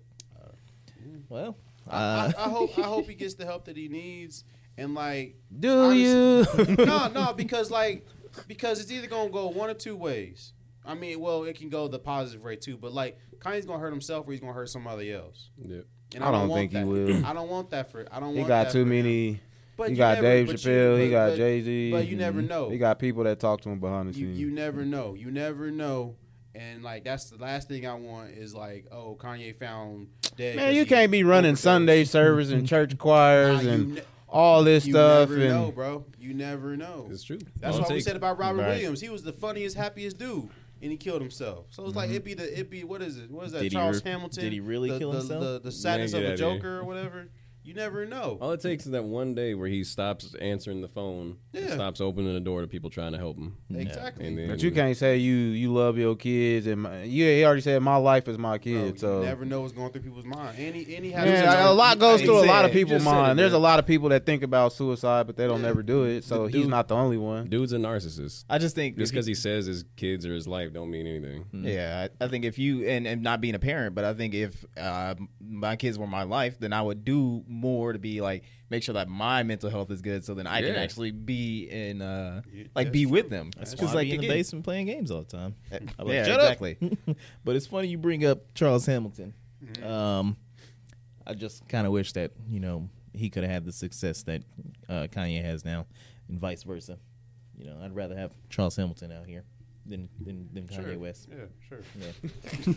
[SPEAKER 3] well, Uh,
[SPEAKER 4] I, I hope I hope he gets the help that he needs. And like,
[SPEAKER 3] Do
[SPEAKER 4] you? no, no, because like, because it's either gonna go one or two ways. I mean, well, it can go the positive way too, but like, Kanye's gonna hurt himself or he's gonna hurt somebody else.
[SPEAKER 5] Yep.
[SPEAKER 4] And
[SPEAKER 2] I don't
[SPEAKER 4] want
[SPEAKER 2] think he
[SPEAKER 4] that.
[SPEAKER 2] will.
[SPEAKER 4] I don't want that for. I don't.
[SPEAKER 2] He
[SPEAKER 4] want
[SPEAKER 2] got
[SPEAKER 4] that for
[SPEAKER 2] too
[SPEAKER 4] him.
[SPEAKER 2] many.
[SPEAKER 4] But
[SPEAKER 2] he
[SPEAKER 4] you
[SPEAKER 2] got
[SPEAKER 4] never-
[SPEAKER 2] Dave
[SPEAKER 4] but you-
[SPEAKER 2] Chappelle. he
[SPEAKER 4] but-
[SPEAKER 2] got
[SPEAKER 4] but-
[SPEAKER 2] Jay Z.
[SPEAKER 4] But you never know.
[SPEAKER 2] He got people that talk to him behind the
[SPEAKER 4] you
[SPEAKER 2] scenes.
[SPEAKER 4] you never know. You never know. And like that's the last thing I want is like, oh, Kanye found dead.
[SPEAKER 2] Man,
[SPEAKER 4] 'cause
[SPEAKER 2] you
[SPEAKER 4] he
[SPEAKER 2] can't be running
[SPEAKER 4] overdosed.
[SPEAKER 2] Sunday service and church choirs
[SPEAKER 4] Nah, you
[SPEAKER 2] and
[SPEAKER 4] ne-
[SPEAKER 2] all this
[SPEAKER 4] You
[SPEAKER 2] stuff.
[SPEAKER 4] never
[SPEAKER 2] and
[SPEAKER 4] know, bro. You never know.
[SPEAKER 5] It's true.
[SPEAKER 4] That's
[SPEAKER 5] I'll
[SPEAKER 4] what we
[SPEAKER 5] take
[SPEAKER 4] said
[SPEAKER 5] it.
[SPEAKER 4] about Robert
[SPEAKER 1] Right.
[SPEAKER 4] Williams. He was the funniest, happiest dude, and he killed himself. So it's
[SPEAKER 2] Mm-hmm.
[SPEAKER 4] like it be the it be what is it? What is that?
[SPEAKER 3] Did he
[SPEAKER 4] Charles
[SPEAKER 3] re-
[SPEAKER 4] Hamilton.
[SPEAKER 3] did he really
[SPEAKER 4] the,
[SPEAKER 3] kill
[SPEAKER 4] the,
[SPEAKER 3] himself?
[SPEAKER 4] The, the sadness
[SPEAKER 5] Man,
[SPEAKER 4] of
[SPEAKER 5] get
[SPEAKER 4] a
[SPEAKER 5] outta here.
[SPEAKER 4] Joker or whatever. You never know.
[SPEAKER 3] Oh,
[SPEAKER 5] All it takes is that one day where he stops answering the phone, and
[SPEAKER 4] Yeah.
[SPEAKER 5] stops opening the door to people trying to help him.
[SPEAKER 4] Exactly.
[SPEAKER 5] And then-
[SPEAKER 2] But you can't say you you love your kids and my, yeah. He already said my life is my
[SPEAKER 4] Bro,
[SPEAKER 2] kid.
[SPEAKER 4] you
[SPEAKER 2] so
[SPEAKER 4] never know what's going through people's mind. And he, and he had
[SPEAKER 2] Man,
[SPEAKER 4] his
[SPEAKER 2] a
[SPEAKER 4] own-
[SPEAKER 2] lot goes through a lot
[SPEAKER 1] said it.
[SPEAKER 2] of people's
[SPEAKER 1] Just said it,
[SPEAKER 2] mind. There's
[SPEAKER 1] man.
[SPEAKER 2] a lot of people that think about suicide, but they don't ever do it. So
[SPEAKER 5] The
[SPEAKER 2] he's
[SPEAKER 5] dude-
[SPEAKER 2] not the only one.
[SPEAKER 5] Dude's a narcissist.
[SPEAKER 1] I just think if
[SPEAKER 5] Just
[SPEAKER 1] Mm. you-
[SPEAKER 5] because he says his kids or his life don't mean anything.
[SPEAKER 1] Yeah, I, I think if you and, and not being a parent, but I think if uh, my kids were my life, then I would do more to be like make sure that my mental health is good, so then I can
[SPEAKER 5] Yeah.
[SPEAKER 1] actually be in uh,
[SPEAKER 4] Yeah,
[SPEAKER 1] like
[SPEAKER 4] that's
[SPEAKER 1] be with
[SPEAKER 4] true.
[SPEAKER 1] them.
[SPEAKER 4] That's
[SPEAKER 1] Because
[SPEAKER 3] Cause
[SPEAKER 1] like
[SPEAKER 3] like in the
[SPEAKER 1] again-
[SPEAKER 3] basement playing games all the time. I'm like,
[SPEAKER 1] yeah,
[SPEAKER 3] "Shut up."
[SPEAKER 1] exactly.
[SPEAKER 3] but it's funny you bring up Charles Hamilton.
[SPEAKER 4] Mm-hmm.
[SPEAKER 3] Um, I just kind of wish that you know he could have had the success that uh, Kanye has now, and vice versa. You know, I'd rather have Charles Hamilton out here than than, than Kanye
[SPEAKER 4] Sure.
[SPEAKER 3] West.
[SPEAKER 4] Yeah, sure.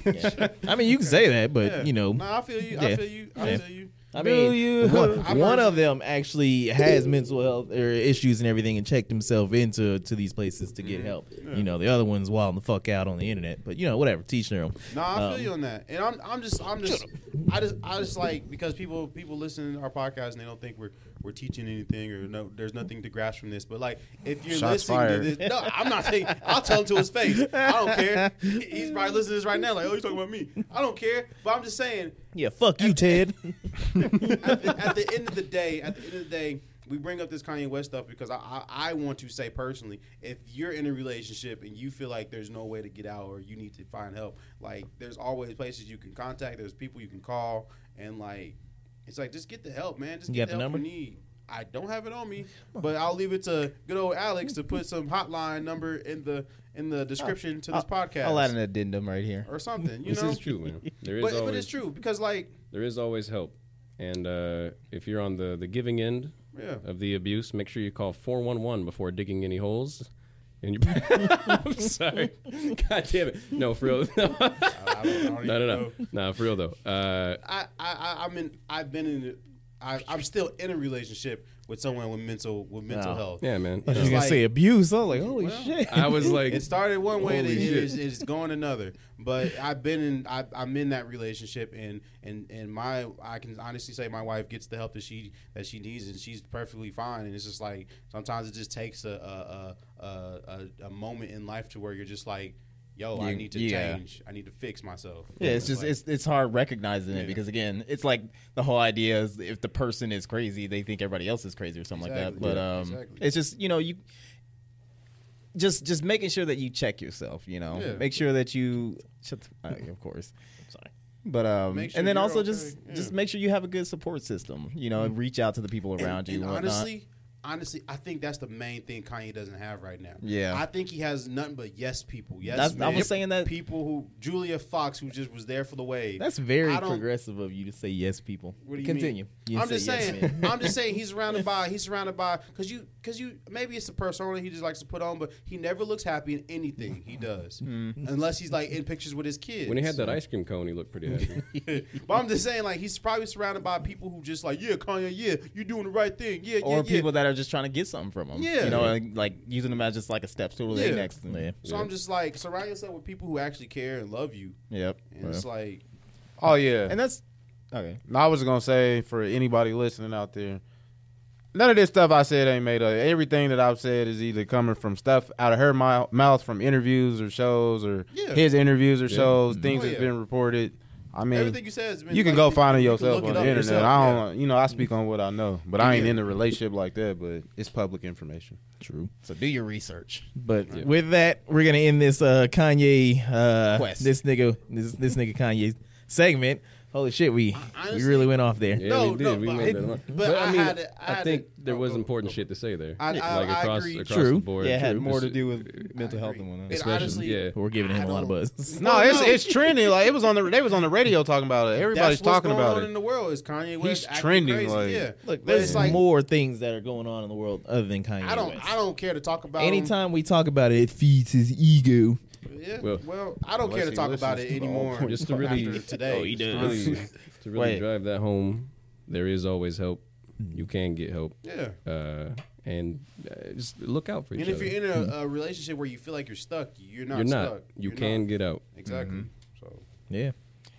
[SPEAKER 3] Yeah. I mean, you can say that, but
[SPEAKER 4] Yeah.
[SPEAKER 3] you know,
[SPEAKER 4] Nah, I feel you. I
[SPEAKER 3] yeah.
[SPEAKER 4] feel you. I
[SPEAKER 3] Yeah.
[SPEAKER 4] feel you.
[SPEAKER 3] I
[SPEAKER 2] Do
[SPEAKER 3] mean,
[SPEAKER 2] you?
[SPEAKER 3] one,
[SPEAKER 4] I've
[SPEAKER 3] one
[SPEAKER 4] heard-
[SPEAKER 3] of them actually has mental health or issues and everything, and checked himself into to these places to
[SPEAKER 4] Mm-hmm.
[SPEAKER 3] get help. You know, the other one's wilding the fuck out on the internet, but you know, whatever. Teach their own.
[SPEAKER 4] No, I feel
[SPEAKER 3] Um,
[SPEAKER 4] you on that, and I'm, I'm just, I'm just, I just, I just like because people, people listen to our podcast and they don't think we're, we're teaching anything or no, there's nothing to grasp from this. But like, if you're
[SPEAKER 2] Shots
[SPEAKER 4] listening
[SPEAKER 2] fired.
[SPEAKER 4] to this, no, I'm not saying. I'll tell him to his face. I don't care. He- He's probably listening to this right now. Like, oh, you're talking about me. I don't care. But I'm just saying,
[SPEAKER 3] Yeah, fuck you, Ted.
[SPEAKER 4] at the, at the end of the day, at the end of the day, we bring up this Kanye West stuff because I, I, I want to say personally, if you're in a relationship and you feel like there's no way to get out or you need to find help, like there's always places you can contact, there's people you can call, and like it's like just get the help, man. Just
[SPEAKER 3] You
[SPEAKER 4] get
[SPEAKER 3] got
[SPEAKER 4] the,
[SPEAKER 3] the
[SPEAKER 4] help
[SPEAKER 3] number?
[SPEAKER 4] you need. I don't have it on me, but I'll leave it to good old Alex to put some hotline number in the in the description to this podcast
[SPEAKER 1] I'll add an addendum right here.
[SPEAKER 4] or something. You
[SPEAKER 5] This
[SPEAKER 4] know,
[SPEAKER 5] is true, man. There is
[SPEAKER 4] but
[SPEAKER 5] always
[SPEAKER 4] but it's true because like
[SPEAKER 5] there is always help, and uh, if you're on the the giving end
[SPEAKER 4] yeah.
[SPEAKER 5] of the abuse, make sure you call four one one before digging any holes. And you, I'm sorry. God damn it. No, for real. No,
[SPEAKER 4] I don't, I don't even
[SPEAKER 5] no, no.
[SPEAKER 4] know.
[SPEAKER 5] No, for real though. Uh,
[SPEAKER 4] I, I, I- I'm in. I've been in. I, I'm still in a relationship with someone with mental with mental
[SPEAKER 3] Wow.
[SPEAKER 4] health.
[SPEAKER 5] yeah, man.
[SPEAKER 3] I was
[SPEAKER 4] Just
[SPEAKER 3] gonna
[SPEAKER 4] like-
[SPEAKER 3] say abuse. I was like, holy
[SPEAKER 4] Well,
[SPEAKER 3] shit.
[SPEAKER 5] I was like,
[SPEAKER 4] It started one way,
[SPEAKER 5] Holy
[SPEAKER 4] then it
[SPEAKER 5] shit.
[SPEAKER 4] is, it's going another. But I've been in. I, I'm in that relationship, and and and my I can honestly say my wife gets the help that she that she needs, and she's perfectly fine. And it's just like sometimes it just takes a a a, a, a, a moment in life to where you're just like. Yo, I
[SPEAKER 1] You-
[SPEAKER 4] need to
[SPEAKER 1] yeah.
[SPEAKER 4] change. I need to fix myself.
[SPEAKER 1] Yeah, it's just
[SPEAKER 4] like-
[SPEAKER 1] it's it's hard recognizing it
[SPEAKER 4] Yeah.
[SPEAKER 1] because again, it's like the whole idea is if the person is crazy, they think everybody else is crazy or something like
[SPEAKER 4] Exactly,
[SPEAKER 1] that. But
[SPEAKER 4] yeah,
[SPEAKER 1] um,
[SPEAKER 4] exactly.
[SPEAKER 1] it's just you know you just just making sure that you check yourself. You know,
[SPEAKER 4] Yeah.
[SPEAKER 1] make sure that you shut the, uh, of course.
[SPEAKER 3] sorry.
[SPEAKER 1] But um,
[SPEAKER 4] Make sure
[SPEAKER 1] and then
[SPEAKER 4] you're
[SPEAKER 1] also
[SPEAKER 4] okay,
[SPEAKER 1] just
[SPEAKER 4] yeah. Mm-hmm.
[SPEAKER 1] just make sure you have a good support system. You know, and reach out to the people
[SPEAKER 4] And-
[SPEAKER 1] around you.
[SPEAKER 4] and
[SPEAKER 1] and whatnot.
[SPEAKER 4] honestly, honestly, I think that's the main thing Kanye doesn't have right now.
[SPEAKER 1] Yeah.
[SPEAKER 4] I think he has nothing but yes people. Yes,
[SPEAKER 1] That's- I
[SPEAKER 4] men,
[SPEAKER 1] was saying that-
[SPEAKER 4] people who Julia Fox, who just was there for the wave.
[SPEAKER 3] That's very
[SPEAKER 4] I don't-
[SPEAKER 3] progressive of you to say yes, people.
[SPEAKER 4] What do you
[SPEAKER 3] Continue.
[SPEAKER 4] mean?
[SPEAKER 3] You
[SPEAKER 4] I'm
[SPEAKER 3] say
[SPEAKER 4] just
[SPEAKER 3] yes,
[SPEAKER 4] saying.
[SPEAKER 3] man.
[SPEAKER 4] I'm just saying. He's surrounded by. He's surrounded by. Cause you. Cause you. Maybe it's the persona he just likes to put on, but he never looks happy in anything he does,
[SPEAKER 1] Mm-hmm.
[SPEAKER 4] unless he's like in pictures with his kids.
[SPEAKER 5] when he had that ice cream cone, he looked pretty happy.
[SPEAKER 4] but I'm just saying, like he's probably surrounded by people who just like, yeah, Kanye, yeah, you doing the right thing, yeah,
[SPEAKER 1] or
[SPEAKER 4] yeah, yeah.
[SPEAKER 1] people that are just trying to get something from them.
[SPEAKER 4] Yeah.
[SPEAKER 1] you know, like, like using them as just like a step stool to
[SPEAKER 4] Yeah.
[SPEAKER 1] the next. Yeah.
[SPEAKER 4] So I'm just like, surround yourself with people who actually care and love you.
[SPEAKER 1] Yep.
[SPEAKER 4] And it's like,
[SPEAKER 2] Oh yeah.
[SPEAKER 1] And that's okay.
[SPEAKER 2] And I was gonna say for anybody listening out there, none of this stuff I said ain't made up. Everything that I've said is either coming from stuff out of her mou- mouth from interviews or shows or
[SPEAKER 4] Yeah.
[SPEAKER 2] his interviews or shows,
[SPEAKER 1] Mm-hmm.
[SPEAKER 2] things
[SPEAKER 4] Oh, yeah.
[SPEAKER 2] that's been reported. I mean,
[SPEAKER 4] everything you said has been.
[SPEAKER 2] you can
[SPEAKER 4] like,
[SPEAKER 2] go find it
[SPEAKER 4] you can
[SPEAKER 2] yourself
[SPEAKER 4] look
[SPEAKER 2] on
[SPEAKER 4] it
[SPEAKER 2] the
[SPEAKER 4] up
[SPEAKER 2] internet.
[SPEAKER 4] yourself,
[SPEAKER 2] I
[SPEAKER 4] yeah.
[SPEAKER 2] don't, you know, I speak on what I know, but I ain't
[SPEAKER 4] Yeah.
[SPEAKER 2] in a relationship like that. But it's public information.
[SPEAKER 3] True.
[SPEAKER 1] So do your research.
[SPEAKER 3] But with that, we're gonna end this uh, Kanye uh,
[SPEAKER 1] Quest.
[SPEAKER 3] this nigga this this nigga Kanye segment. Holy shit, we
[SPEAKER 4] honestly-
[SPEAKER 3] we really went off there.
[SPEAKER 5] Yeah,
[SPEAKER 4] No,
[SPEAKER 5] we did.
[SPEAKER 4] no,
[SPEAKER 5] we
[SPEAKER 4] but
[SPEAKER 5] went
[SPEAKER 4] I-
[SPEAKER 5] that long.
[SPEAKER 4] but I had it- I
[SPEAKER 5] I
[SPEAKER 4] had
[SPEAKER 5] think
[SPEAKER 4] it-
[SPEAKER 5] there
[SPEAKER 4] oh,
[SPEAKER 5] was
[SPEAKER 4] oh,
[SPEAKER 5] important shit to say there.
[SPEAKER 4] I- I-
[SPEAKER 5] like
[SPEAKER 4] I
[SPEAKER 5] across,
[SPEAKER 4] agree.
[SPEAKER 5] across
[SPEAKER 3] True.
[SPEAKER 5] the board.
[SPEAKER 1] Yeah, it had
[SPEAKER 5] True.
[SPEAKER 1] more to
[SPEAKER 5] It's-
[SPEAKER 1] do with mental health than one.
[SPEAKER 4] It
[SPEAKER 1] else.
[SPEAKER 5] Especially,
[SPEAKER 4] honestly-
[SPEAKER 5] yeah.
[SPEAKER 3] We're giving him
[SPEAKER 4] I
[SPEAKER 3] a lot of
[SPEAKER 4] don't-
[SPEAKER 3] buzz.
[SPEAKER 2] No, it's
[SPEAKER 4] no.
[SPEAKER 2] it's trending. Like it was on the they was on the radio talking about it. Everybody's
[SPEAKER 4] That's
[SPEAKER 2] talking
[SPEAKER 4] what's going
[SPEAKER 2] about
[SPEAKER 4] on
[SPEAKER 2] it.
[SPEAKER 4] in the world is Kanye West
[SPEAKER 2] He's
[SPEAKER 4] acting
[SPEAKER 2] trending,
[SPEAKER 4] crazy.
[SPEAKER 2] like-
[SPEAKER 4] yeah.
[SPEAKER 3] Look,
[SPEAKER 4] But it's
[SPEAKER 3] there's
[SPEAKER 4] like-
[SPEAKER 3] more things that are going on in the world other than Kanye
[SPEAKER 4] I don't
[SPEAKER 3] West.
[SPEAKER 4] I don't care to talk about him.
[SPEAKER 3] Anytime we talk about it, it feeds his ego.
[SPEAKER 4] Yeah. Well,
[SPEAKER 5] Well,
[SPEAKER 4] I don't care
[SPEAKER 2] unless
[SPEAKER 4] to
[SPEAKER 2] he
[SPEAKER 4] talk about
[SPEAKER 2] listens
[SPEAKER 4] it
[SPEAKER 2] to the
[SPEAKER 4] anymore.
[SPEAKER 2] old-
[SPEAKER 5] just to really-
[SPEAKER 4] after today.
[SPEAKER 3] Oh, he
[SPEAKER 4] Just
[SPEAKER 5] to
[SPEAKER 3] does.
[SPEAKER 4] honestly.
[SPEAKER 5] really, to really
[SPEAKER 3] Wait.
[SPEAKER 5] drive that home, there is always help. You can get help.
[SPEAKER 4] Yeah.
[SPEAKER 5] Uh, and uh, just look out for each
[SPEAKER 4] And if
[SPEAKER 5] other.
[SPEAKER 4] you're in a, a relationship where you feel like you're stuck, you're not
[SPEAKER 5] You're not.
[SPEAKER 4] stuck.
[SPEAKER 5] You
[SPEAKER 4] You're
[SPEAKER 5] can
[SPEAKER 4] not.
[SPEAKER 5] get out.
[SPEAKER 4] Exactly.
[SPEAKER 2] Mm-hmm.
[SPEAKER 4] So
[SPEAKER 3] Yeah.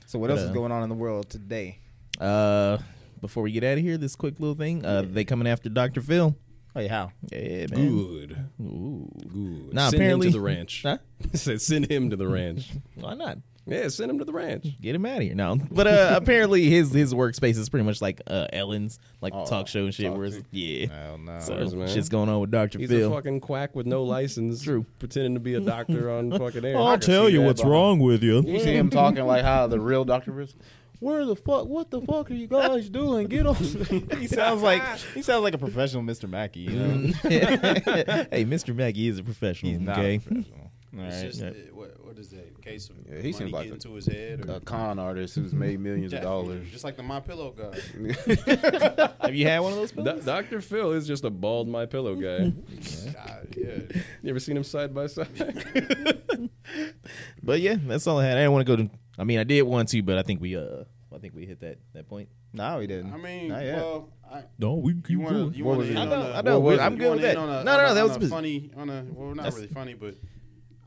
[SPEAKER 1] So what else
[SPEAKER 3] But,
[SPEAKER 1] is
[SPEAKER 3] uh,
[SPEAKER 1] going on in the world today?
[SPEAKER 3] Uh, before we get out of here, this quick little thing. Uh, they coming after Dr. Phil.
[SPEAKER 1] Hey, how?
[SPEAKER 3] Yeah, man.
[SPEAKER 5] Good.
[SPEAKER 3] Ooh.
[SPEAKER 5] Good.
[SPEAKER 3] Nah,
[SPEAKER 5] send
[SPEAKER 3] apparently-
[SPEAKER 5] him to the ranch.
[SPEAKER 3] Huh?
[SPEAKER 5] Said send him to the ranch.
[SPEAKER 3] Why not?
[SPEAKER 5] Yeah, send him to the ranch.
[SPEAKER 3] Get him out of here now. But uh, apparently his his workspace is pretty much like uh, Ellen's, like talk show and shit. Where it's, yeah,
[SPEAKER 1] Oh no.
[SPEAKER 3] so
[SPEAKER 5] course, man.
[SPEAKER 3] shit's going on with Doctor
[SPEAKER 5] He's
[SPEAKER 3] Phil.
[SPEAKER 5] a fucking quack with no license.
[SPEAKER 3] True.
[SPEAKER 5] Pretending to be a doctor on fucking air.
[SPEAKER 2] I can see that behind-
[SPEAKER 3] with
[SPEAKER 2] You see him talking like how the real Doctor Riz. Where the fuck? What the fuck are you guys doing? Get on!
[SPEAKER 1] he sounds like he sounds like a professional Mr. Mackey. You
[SPEAKER 3] Mm-hmm.
[SPEAKER 1] know?
[SPEAKER 3] hey, Mr. Maggie is a professional.
[SPEAKER 1] He's not
[SPEAKER 3] okay,
[SPEAKER 1] a professional. All
[SPEAKER 4] it's
[SPEAKER 1] right.
[SPEAKER 4] just
[SPEAKER 3] yeah.
[SPEAKER 4] uh, what, what is that case of
[SPEAKER 2] Yeah, he
[SPEAKER 4] money
[SPEAKER 2] seems like
[SPEAKER 4] getting
[SPEAKER 2] a-
[SPEAKER 4] to his head or
[SPEAKER 2] A con artist who's made millions of
[SPEAKER 4] Yeah,
[SPEAKER 2] dollars.
[SPEAKER 4] just like the My Pillow guy.
[SPEAKER 3] have you had one of those?
[SPEAKER 5] Do- Dr. Phil is just a bald My Pillow guy.
[SPEAKER 4] God, yeah.
[SPEAKER 5] you ever seen him side by side?
[SPEAKER 3] But yeah, that's all I had. I didn't want to go to. I mean, I did want to, but I think we uh, I think we hit that that point.
[SPEAKER 1] No, he didn't.
[SPEAKER 4] I mean,
[SPEAKER 1] Not yet.
[SPEAKER 4] well, I,
[SPEAKER 3] No, we
[SPEAKER 4] you want to you
[SPEAKER 1] What
[SPEAKER 4] want
[SPEAKER 1] was
[SPEAKER 4] to
[SPEAKER 1] it?
[SPEAKER 3] I
[SPEAKER 4] on
[SPEAKER 3] know,
[SPEAKER 4] a-
[SPEAKER 3] I know.
[SPEAKER 1] What was
[SPEAKER 3] I'm
[SPEAKER 1] it?
[SPEAKER 3] good
[SPEAKER 4] You wanna
[SPEAKER 3] with
[SPEAKER 4] end
[SPEAKER 3] that. No,
[SPEAKER 4] on a-
[SPEAKER 3] no,
[SPEAKER 4] on
[SPEAKER 3] no,
[SPEAKER 4] a-
[SPEAKER 3] that
[SPEAKER 4] on
[SPEAKER 3] was
[SPEAKER 4] a
[SPEAKER 3] busy.
[SPEAKER 4] funny. On a well, not
[SPEAKER 3] That's-
[SPEAKER 4] really funny, but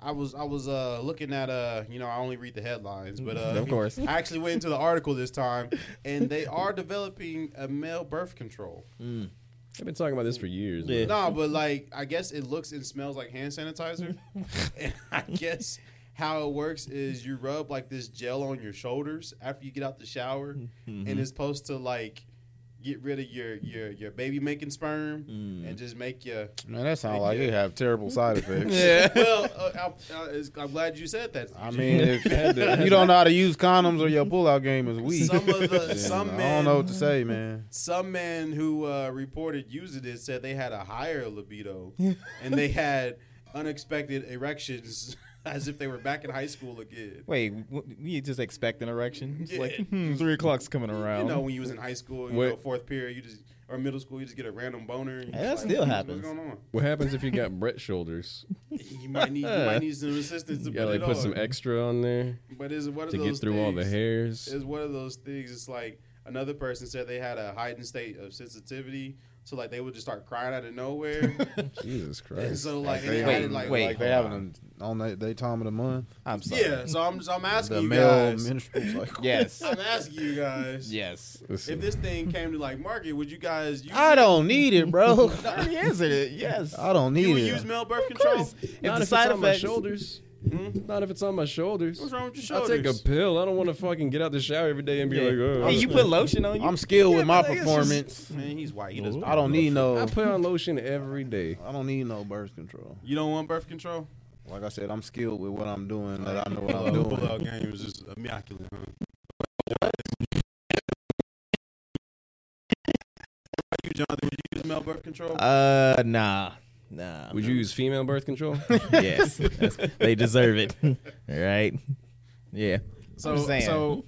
[SPEAKER 4] I was I was uh, looking at uh, you know I only read the headlines, but uh,
[SPEAKER 1] Of course.
[SPEAKER 4] I actually went into the article this time, and they are developing a male birth control.
[SPEAKER 5] I've been talking about this for years.
[SPEAKER 3] Yeah.
[SPEAKER 5] bro.
[SPEAKER 4] No, but like I guess it looks and smells like hand sanitizer, and I guess. How it works is you rub like this gel on your shoulders after you get out the shower, and it's supposed to like get rid of your your your baby making sperm and just make you
[SPEAKER 2] Man, that sounds like it have terrible side effects.
[SPEAKER 4] well, uh, I, I, it's- I'm glad you said that.
[SPEAKER 2] I mean, if, if you don't know how to use condoms or your pullout game is weak,
[SPEAKER 4] some of the
[SPEAKER 2] then
[SPEAKER 4] some
[SPEAKER 2] I
[SPEAKER 4] men,
[SPEAKER 2] don't know what to say, man.
[SPEAKER 4] some men who uh, reported using it said they had a higher libido and they had unexpected erections as if they were back in high school again.
[SPEAKER 1] Wait, w- we just expect an erection? It's
[SPEAKER 4] Yeah.
[SPEAKER 1] like hmm, three o'clock's coming around.
[SPEAKER 4] You know, when you was in high school, you
[SPEAKER 5] What-
[SPEAKER 4] know, fourth period, you just or middle school, you just get a random boner. And you're
[SPEAKER 3] That
[SPEAKER 4] just
[SPEAKER 3] still
[SPEAKER 4] "What's
[SPEAKER 3] happens.
[SPEAKER 4] What's going on?
[SPEAKER 5] What happens if you got Brett shoulders?
[SPEAKER 4] You might need, you might need some assistance to
[SPEAKER 5] You gotta
[SPEAKER 4] put
[SPEAKER 5] like
[SPEAKER 4] it
[SPEAKER 5] put
[SPEAKER 4] on.
[SPEAKER 5] some extra on there
[SPEAKER 4] but it's one of
[SPEAKER 5] to get
[SPEAKER 4] those
[SPEAKER 5] through all the
[SPEAKER 4] things-
[SPEAKER 5] hairs.
[SPEAKER 4] It's one of those things. It's like another person said they had a heightened state of sensitivity, so like they would just start crying out of nowhere.
[SPEAKER 5] Jesus
[SPEAKER 4] and
[SPEAKER 5] Christ.
[SPEAKER 4] so like, and they
[SPEAKER 2] Wait,
[SPEAKER 4] had, like,
[SPEAKER 1] wait,
[SPEAKER 2] Like they having them on that they time of the month.
[SPEAKER 1] I'm sorry.
[SPEAKER 4] yeah. So I'm, so I'm asking
[SPEAKER 2] The
[SPEAKER 4] you
[SPEAKER 2] male
[SPEAKER 4] guys.
[SPEAKER 2] menstrual cycle.
[SPEAKER 1] Yes.
[SPEAKER 4] I'm asking you guys.
[SPEAKER 1] yes.
[SPEAKER 5] Listen,
[SPEAKER 4] If this thing came to like market, would you guys? Use
[SPEAKER 2] I don't need it, bro.
[SPEAKER 1] He answered it. Yes.
[SPEAKER 2] I don't
[SPEAKER 4] You
[SPEAKER 2] need
[SPEAKER 4] would
[SPEAKER 2] it.
[SPEAKER 4] use male birth control.
[SPEAKER 5] not
[SPEAKER 1] the
[SPEAKER 5] if
[SPEAKER 1] side
[SPEAKER 5] it's on my
[SPEAKER 1] effects-
[SPEAKER 5] shoulders. Not if it's on my shoulders.
[SPEAKER 4] What's wrong with your
[SPEAKER 5] I'll take a
[SPEAKER 4] shoulders?
[SPEAKER 5] pill. I don't want to fucking get out the shower every day and be
[SPEAKER 1] Yeah.
[SPEAKER 5] like, oh.
[SPEAKER 1] Hey, you put lotion on you.
[SPEAKER 2] I'm skilled
[SPEAKER 1] Yeah,
[SPEAKER 2] with my
[SPEAKER 1] but it's just-
[SPEAKER 2] performance.
[SPEAKER 4] Man, he's white. He does.
[SPEAKER 2] I don't need
[SPEAKER 5] I
[SPEAKER 2] no.
[SPEAKER 5] put on lotion every day.
[SPEAKER 2] I don't need no birth control.
[SPEAKER 4] You don't want birth control?
[SPEAKER 2] Like I said, I'm skilled with what I'm doing. That I know what I'm
[SPEAKER 4] Pullout
[SPEAKER 2] doing.
[SPEAKER 4] pullout game is just immaculate. Huh? You, Jonathan, would you use male birth control?
[SPEAKER 3] Uh, nah, nah.
[SPEAKER 5] Would you use female birth control?
[SPEAKER 3] yes, That's- they deserve it. All right. Yeah.
[SPEAKER 4] So,
[SPEAKER 1] just saying.
[SPEAKER 4] so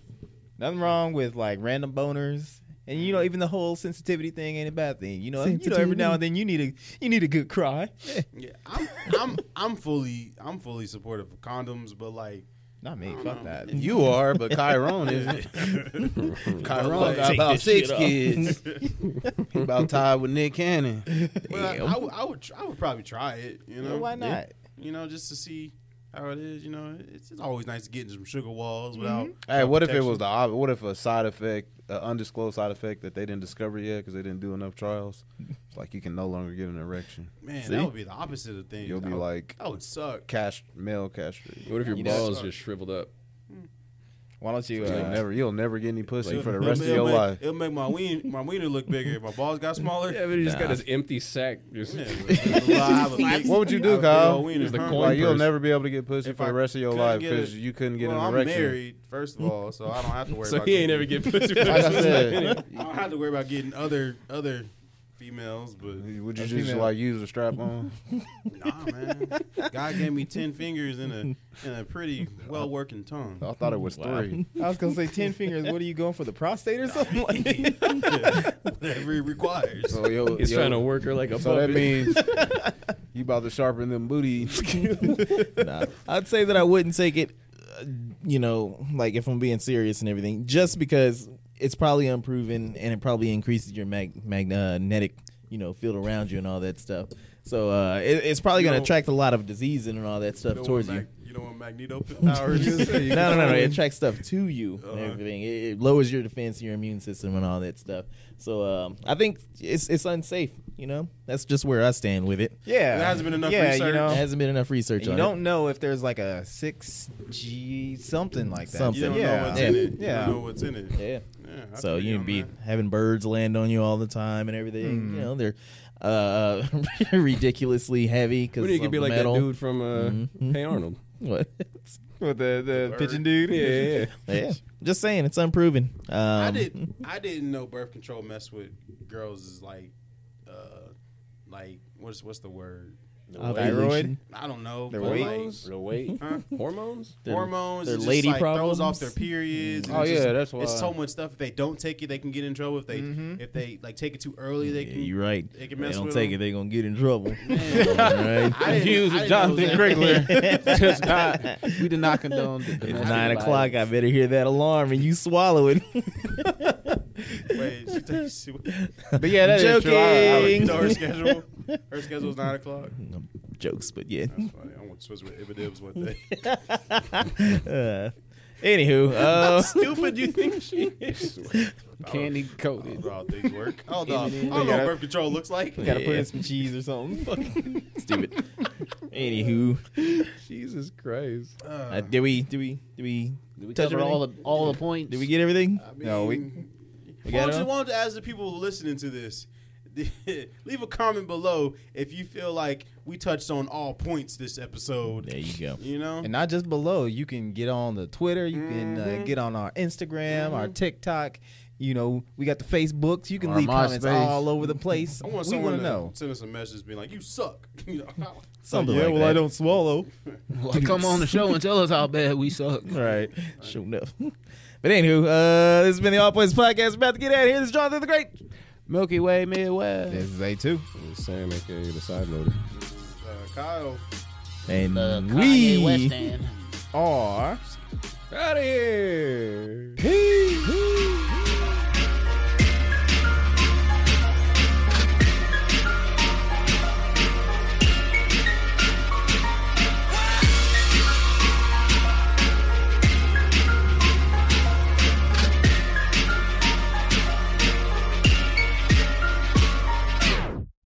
[SPEAKER 1] Nothing wrong with like random boners. And you know, even the whole sensitivity thing ain't a bad thing. You know, you know, every now and then you need a you need a good cry.
[SPEAKER 4] yeah, I'm, I'm, I'm fully, I'm fully supportive of condoms, but like,
[SPEAKER 1] Not me. Fuck that.
[SPEAKER 2] You are, but Chiron isn't. Chiron got about six kids. he about tied with Nick Cannon.
[SPEAKER 4] but I, I, would, I would, tr- I would probably try it. You know,
[SPEAKER 1] Well, why not?
[SPEAKER 4] You know, just to see how it is. You know, it's, it's always nice to get into some sugar
[SPEAKER 1] Mm-hmm.
[SPEAKER 4] walls without.
[SPEAKER 2] Hey, what if it was the ob- what if a side effect, an undisclosed side effect that they didn't discover yet because they didn't do enough trials? It's like you can no longer get an erection.
[SPEAKER 4] Man, that would be the opposite of things.
[SPEAKER 2] You'll
[SPEAKER 4] I
[SPEAKER 2] be
[SPEAKER 4] would-
[SPEAKER 2] like
[SPEAKER 4] that would suck.
[SPEAKER 2] cast male castrated.
[SPEAKER 5] What if your
[SPEAKER 1] You know-
[SPEAKER 5] balls just shriveled up?
[SPEAKER 1] Why don't you?
[SPEAKER 2] You'll
[SPEAKER 1] Uh,
[SPEAKER 2] never, you'll never get any pussy
[SPEAKER 4] It'll-
[SPEAKER 2] for the
[SPEAKER 4] it'll
[SPEAKER 2] rest of
[SPEAKER 4] make-
[SPEAKER 2] your
[SPEAKER 4] it'll
[SPEAKER 2] life.
[SPEAKER 4] make- It'll make my wiener, my wiener look bigger. If my balls got smaller.
[SPEAKER 5] Yeah, but he just got his empty sack. Just
[SPEAKER 4] Yeah, well, I have a big-
[SPEAKER 2] What would you
[SPEAKER 4] I
[SPEAKER 2] do,
[SPEAKER 4] have a big
[SPEAKER 2] Kyle?
[SPEAKER 4] old wiener,
[SPEAKER 5] Use the
[SPEAKER 4] huh?
[SPEAKER 5] coin
[SPEAKER 2] Like you'll
[SPEAKER 5] purse.
[SPEAKER 2] never be able to get pussy
[SPEAKER 4] If
[SPEAKER 2] for
[SPEAKER 4] I
[SPEAKER 2] the rest of your
[SPEAKER 4] couldn't
[SPEAKER 2] life
[SPEAKER 4] get a-
[SPEAKER 2] because you couldn't get
[SPEAKER 4] well,
[SPEAKER 2] an
[SPEAKER 4] I'm
[SPEAKER 2] erection.
[SPEAKER 4] married, first of all, so I don't have to worry.
[SPEAKER 5] so
[SPEAKER 4] about
[SPEAKER 5] he ain't
[SPEAKER 4] getting-
[SPEAKER 5] ever get pussy. for
[SPEAKER 2] Like I
[SPEAKER 5] this.
[SPEAKER 2] said,
[SPEAKER 4] I don't have to worry about getting other other females, but
[SPEAKER 2] would you
[SPEAKER 1] A
[SPEAKER 2] just
[SPEAKER 1] female.
[SPEAKER 2] like use a strap on?
[SPEAKER 4] nah, man. God gave me ten fingers and a and a pretty well working tongue.
[SPEAKER 3] Oh.
[SPEAKER 2] I thought it was three.
[SPEAKER 1] I was gonna say ten fingers. What are you going for the prostate or something?
[SPEAKER 4] Whatever it requires.
[SPEAKER 2] So yo,
[SPEAKER 5] He's
[SPEAKER 2] yo-
[SPEAKER 5] trying to work her like a
[SPEAKER 2] So that
[SPEAKER 5] puppet.
[SPEAKER 2] means you about to sharpen them booty.
[SPEAKER 3] Nah, I'd say that I wouldn't take it. uh, You know, like if I'm being serious and everything, just because it's probably unproven and it probably increases your mag- magnetic, you know, field around you and all that stuff. So uh, it, it's probably
[SPEAKER 4] You
[SPEAKER 3] going to
[SPEAKER 4] know-
[SPEAKER 3] attract a lot of disease and all that stuff
[SPEAKER 4] know
[SPEAKER 3] towards
[SPEAKER 4] what
[SPEAKER 3] you.
[SPEAKER 4] mag- you know what magneto powers is?
[SPEAKER 3] no, no, no, no. It attracts stuff to you
[SPEAKER 4] Uh-huh.
[SPEAKER 3] and everything. It, it lowers your defense, your immune system, and all that stuff. So um, I think it's it's unsafe. You know, that's just where I stand with it.
[SPEAKER 1] yeah,
[SPEAKER 4] There hasn't been enough
[SPEAKER 1] yeah, You
[SPEAKER 4] research.
[SPEAKER 1] know,
[SPEAKER 3] There hasn't been enough research
[SPEAKER 1] And you
[SPEAKER 3] on
[SPEAKER 1] don't know if there's like a six G something like that.
[SPEAKER 4] You don't
[SPEAKER 1] yeah.
[SPEAKER 4] know what's
[SPEAKER 1] yeah.
[SPEAKER 4] in it. You
[SPEAKER 1] Yeah.
[SPEAKER 4] don't know what's in it.
[SPEAKER 3] it. Yeah.
[SPEAKER 4] Yeah, I
[SPEAKER 3] So
[SPEAKER 4] feel
[SPEAKER 3] you
[SPEAKER 4] on
[SPEAKER 3] be
[SPEAKER 4] that.
[SPEAKER 3] having birds land on you all the time and everything. You know they're uh, ridiculously heavy because
[SPEAKER 5] What do you could be like
[SPEAKER 3] metal.
[SPEAKER 5] that dude from uh, Hey Arnold?
[SPEAKER 3] What?
[SPEAKER 1] With the, the
[SPEAKER 4] Bird.
[SPEAKER 1] pigeon dude.
[SPEAKER 5] Yeah, yeah, yeah.
[SPEAKER 3] yeah, just saying it's unproven. Um,
[SPEAKER 4] I did. I didn't know birth control messed with girls is like, uh, like what's what's the word?
[SPEAKER 3] ovulation.
[SPEAKER 4] I don't know.
[SPEAKER 1] Their
[SPEAKER 4] but
[SPEAKER 1] weight?
[SPEAKER 4] like,
[SPEAKER 5] Real weight?
[SPEAKER 4] huh?
[SPEAKER 5] Hormones?
[SPEAKER 3] Their-
[SPEAKER 4] hormones.
[SPEAKER 3] their
[SPEAKER 4] it just,
[SPEAKER 3] lady
[SPEAKER 4] like,
[SPEAKER 3] problems.
[SPEAKER 4] throws off their periods. and
[SPEAKER 2] Oh,
[SPEAKER 4] it's just-
[SPEAKER 2] yeah, that's Mm-hmm. why.
[SPEAKER 4] It's so much stuff. If they don't take it, they can get in trouble. If they if they like take it too early, they
[SPEAKER 3] Yeah,
[SPEAKER 4] can.
[SPEAKER 3] you're right.
[SPEAKER 4] they can
[SPEAKER 3] They
[SPEAKER 4] mess
[SPEAKER 3] don't
[SPEAKER 4] with
[SPEAKER 3] take
[SPEAKER 4] them.
[SPEAKER 3] it. They're gonna get in trouble.
[SPEAKER 4] Man,
[SPEAKER 3] all right.
[SPEAKER 4] I didn't-
[SPEAKER 2] Use
[SPEAKER 4] I didn't know
[SPEAKER 2] Jonathan
[SPEAKER 4] that.
[SPEAKER 2] Crickler. Just not- we did not condone. the
[SPEAKER 3] It's
[SPEAKER 2] domestic
[SPEAKER 3] nine
[SPEAKER 2] violence.
[SPEAKER 3] o'clock. I better hear that alarm and you swallow it.
[SPEAKER 4] Wait, she takes, she,
[SPEAKER 2] But yeah, that is true. I- I would-
[SPEAKER 3] Joking.
[SPEAKER 4] you know her schedule. Her schedule's nine o'clock.
[SPEAKER 3] Jokes, but yeah.
[SPEAKER 4] That's funny. I went to Swiss with Ibba Dibs one day.
[SPEAKER 3] Uh, anywho, uh,
[SPEAKER 5] Stupid, you think she is?
[SPEAKER 2] Candy
[SPEAKER 4] I don't
[SPEAKER 2] coated.
[SPEAKER 4] know how things work. I don't know. I don't know
[SPEAKER 1] Yeah.
[SPEAKER 4] what birth control looks like.
[SPEAKER 1] Gotta put
[SPEAKER 3] Yeah.
[SPEAKER 1] in some cheese or something.
[SPEAKER 3] stupid. Anywho,
[SPEAKER 5] Jesus Christ.
[SPEAKER 3] uh, did we? Did we? Did we?
[SPEAKER 6] Did we
[SPEAKER 3] Touch
[SPEAKER 6] cover all the all the points?
[SPEAKER 3] Did we get everything?
[SPEAKER 4] I
[SPEAKER 1] No, we-
[SPEAKER 3] We
[SPEAKER 4] Well,
[SPEAKER 3] got
[SPEAKER 4] I
[SPEAKER 3] it
[SPEAKER 4] just
[SPEAKER 3] all?
[SPEAKER 4] wanted to ask the people listening to this. Leave a comment below if you feel like we touched on all points this episode.
[SPEAKER 3] There you go.
[SPEAKER 4] You know,
[SPEAKER 1] and not just below. You can get on the Twitter. You can
[SPEAKER 4] Mm-hmm.
[SPEAKER 1] uh, get on our Instagram, our TikTok. You know, we got the Facebooks. You can
[SPEAKER 2] Our
[SPEAKER 1] leave comments
[SPEAKER 2] MySpace.
[SPEAKER 1] all over the place.
[SPEAKER 4] I want
[SPEAKER 1] we
[SPEAKER 4] someone
[SPEAKER 1] wanna
[SPEAKER 4] to
[SPEAKER 1] know.
[SPEAKER 4] send us a message being like, "You suck." you know,
[SPEAKER 3] Something
[SPEAKER 1] Oh,
[SPEAKER 3] like that.
[SPEAKER 1] don't swallow.
[SPEAKER 6] Well, come on the show and tell us how bad we suck?
[SPEAKER 3] Right. Sure enough. But anywho, uh, this has been the All Points Podcast. We're about to get out of here. This is Jonathan the Great.
[SPEAKER 2] Milky Way Midwest.
[SPEAKER 1] This is A2.
[SPEAKER 5] Sam, aka the side loader.
[SPEAKER 4] uh, Kyle.
[SPEAKER 3] And
[SPEAKER 6] The uh, Kanye
[SPEAKER 3] we
[SPEAKER 6] West End.
[SPEAKER 1] Or
[SPEAKER 5] Out of here.
[SPEAKER 1] peace.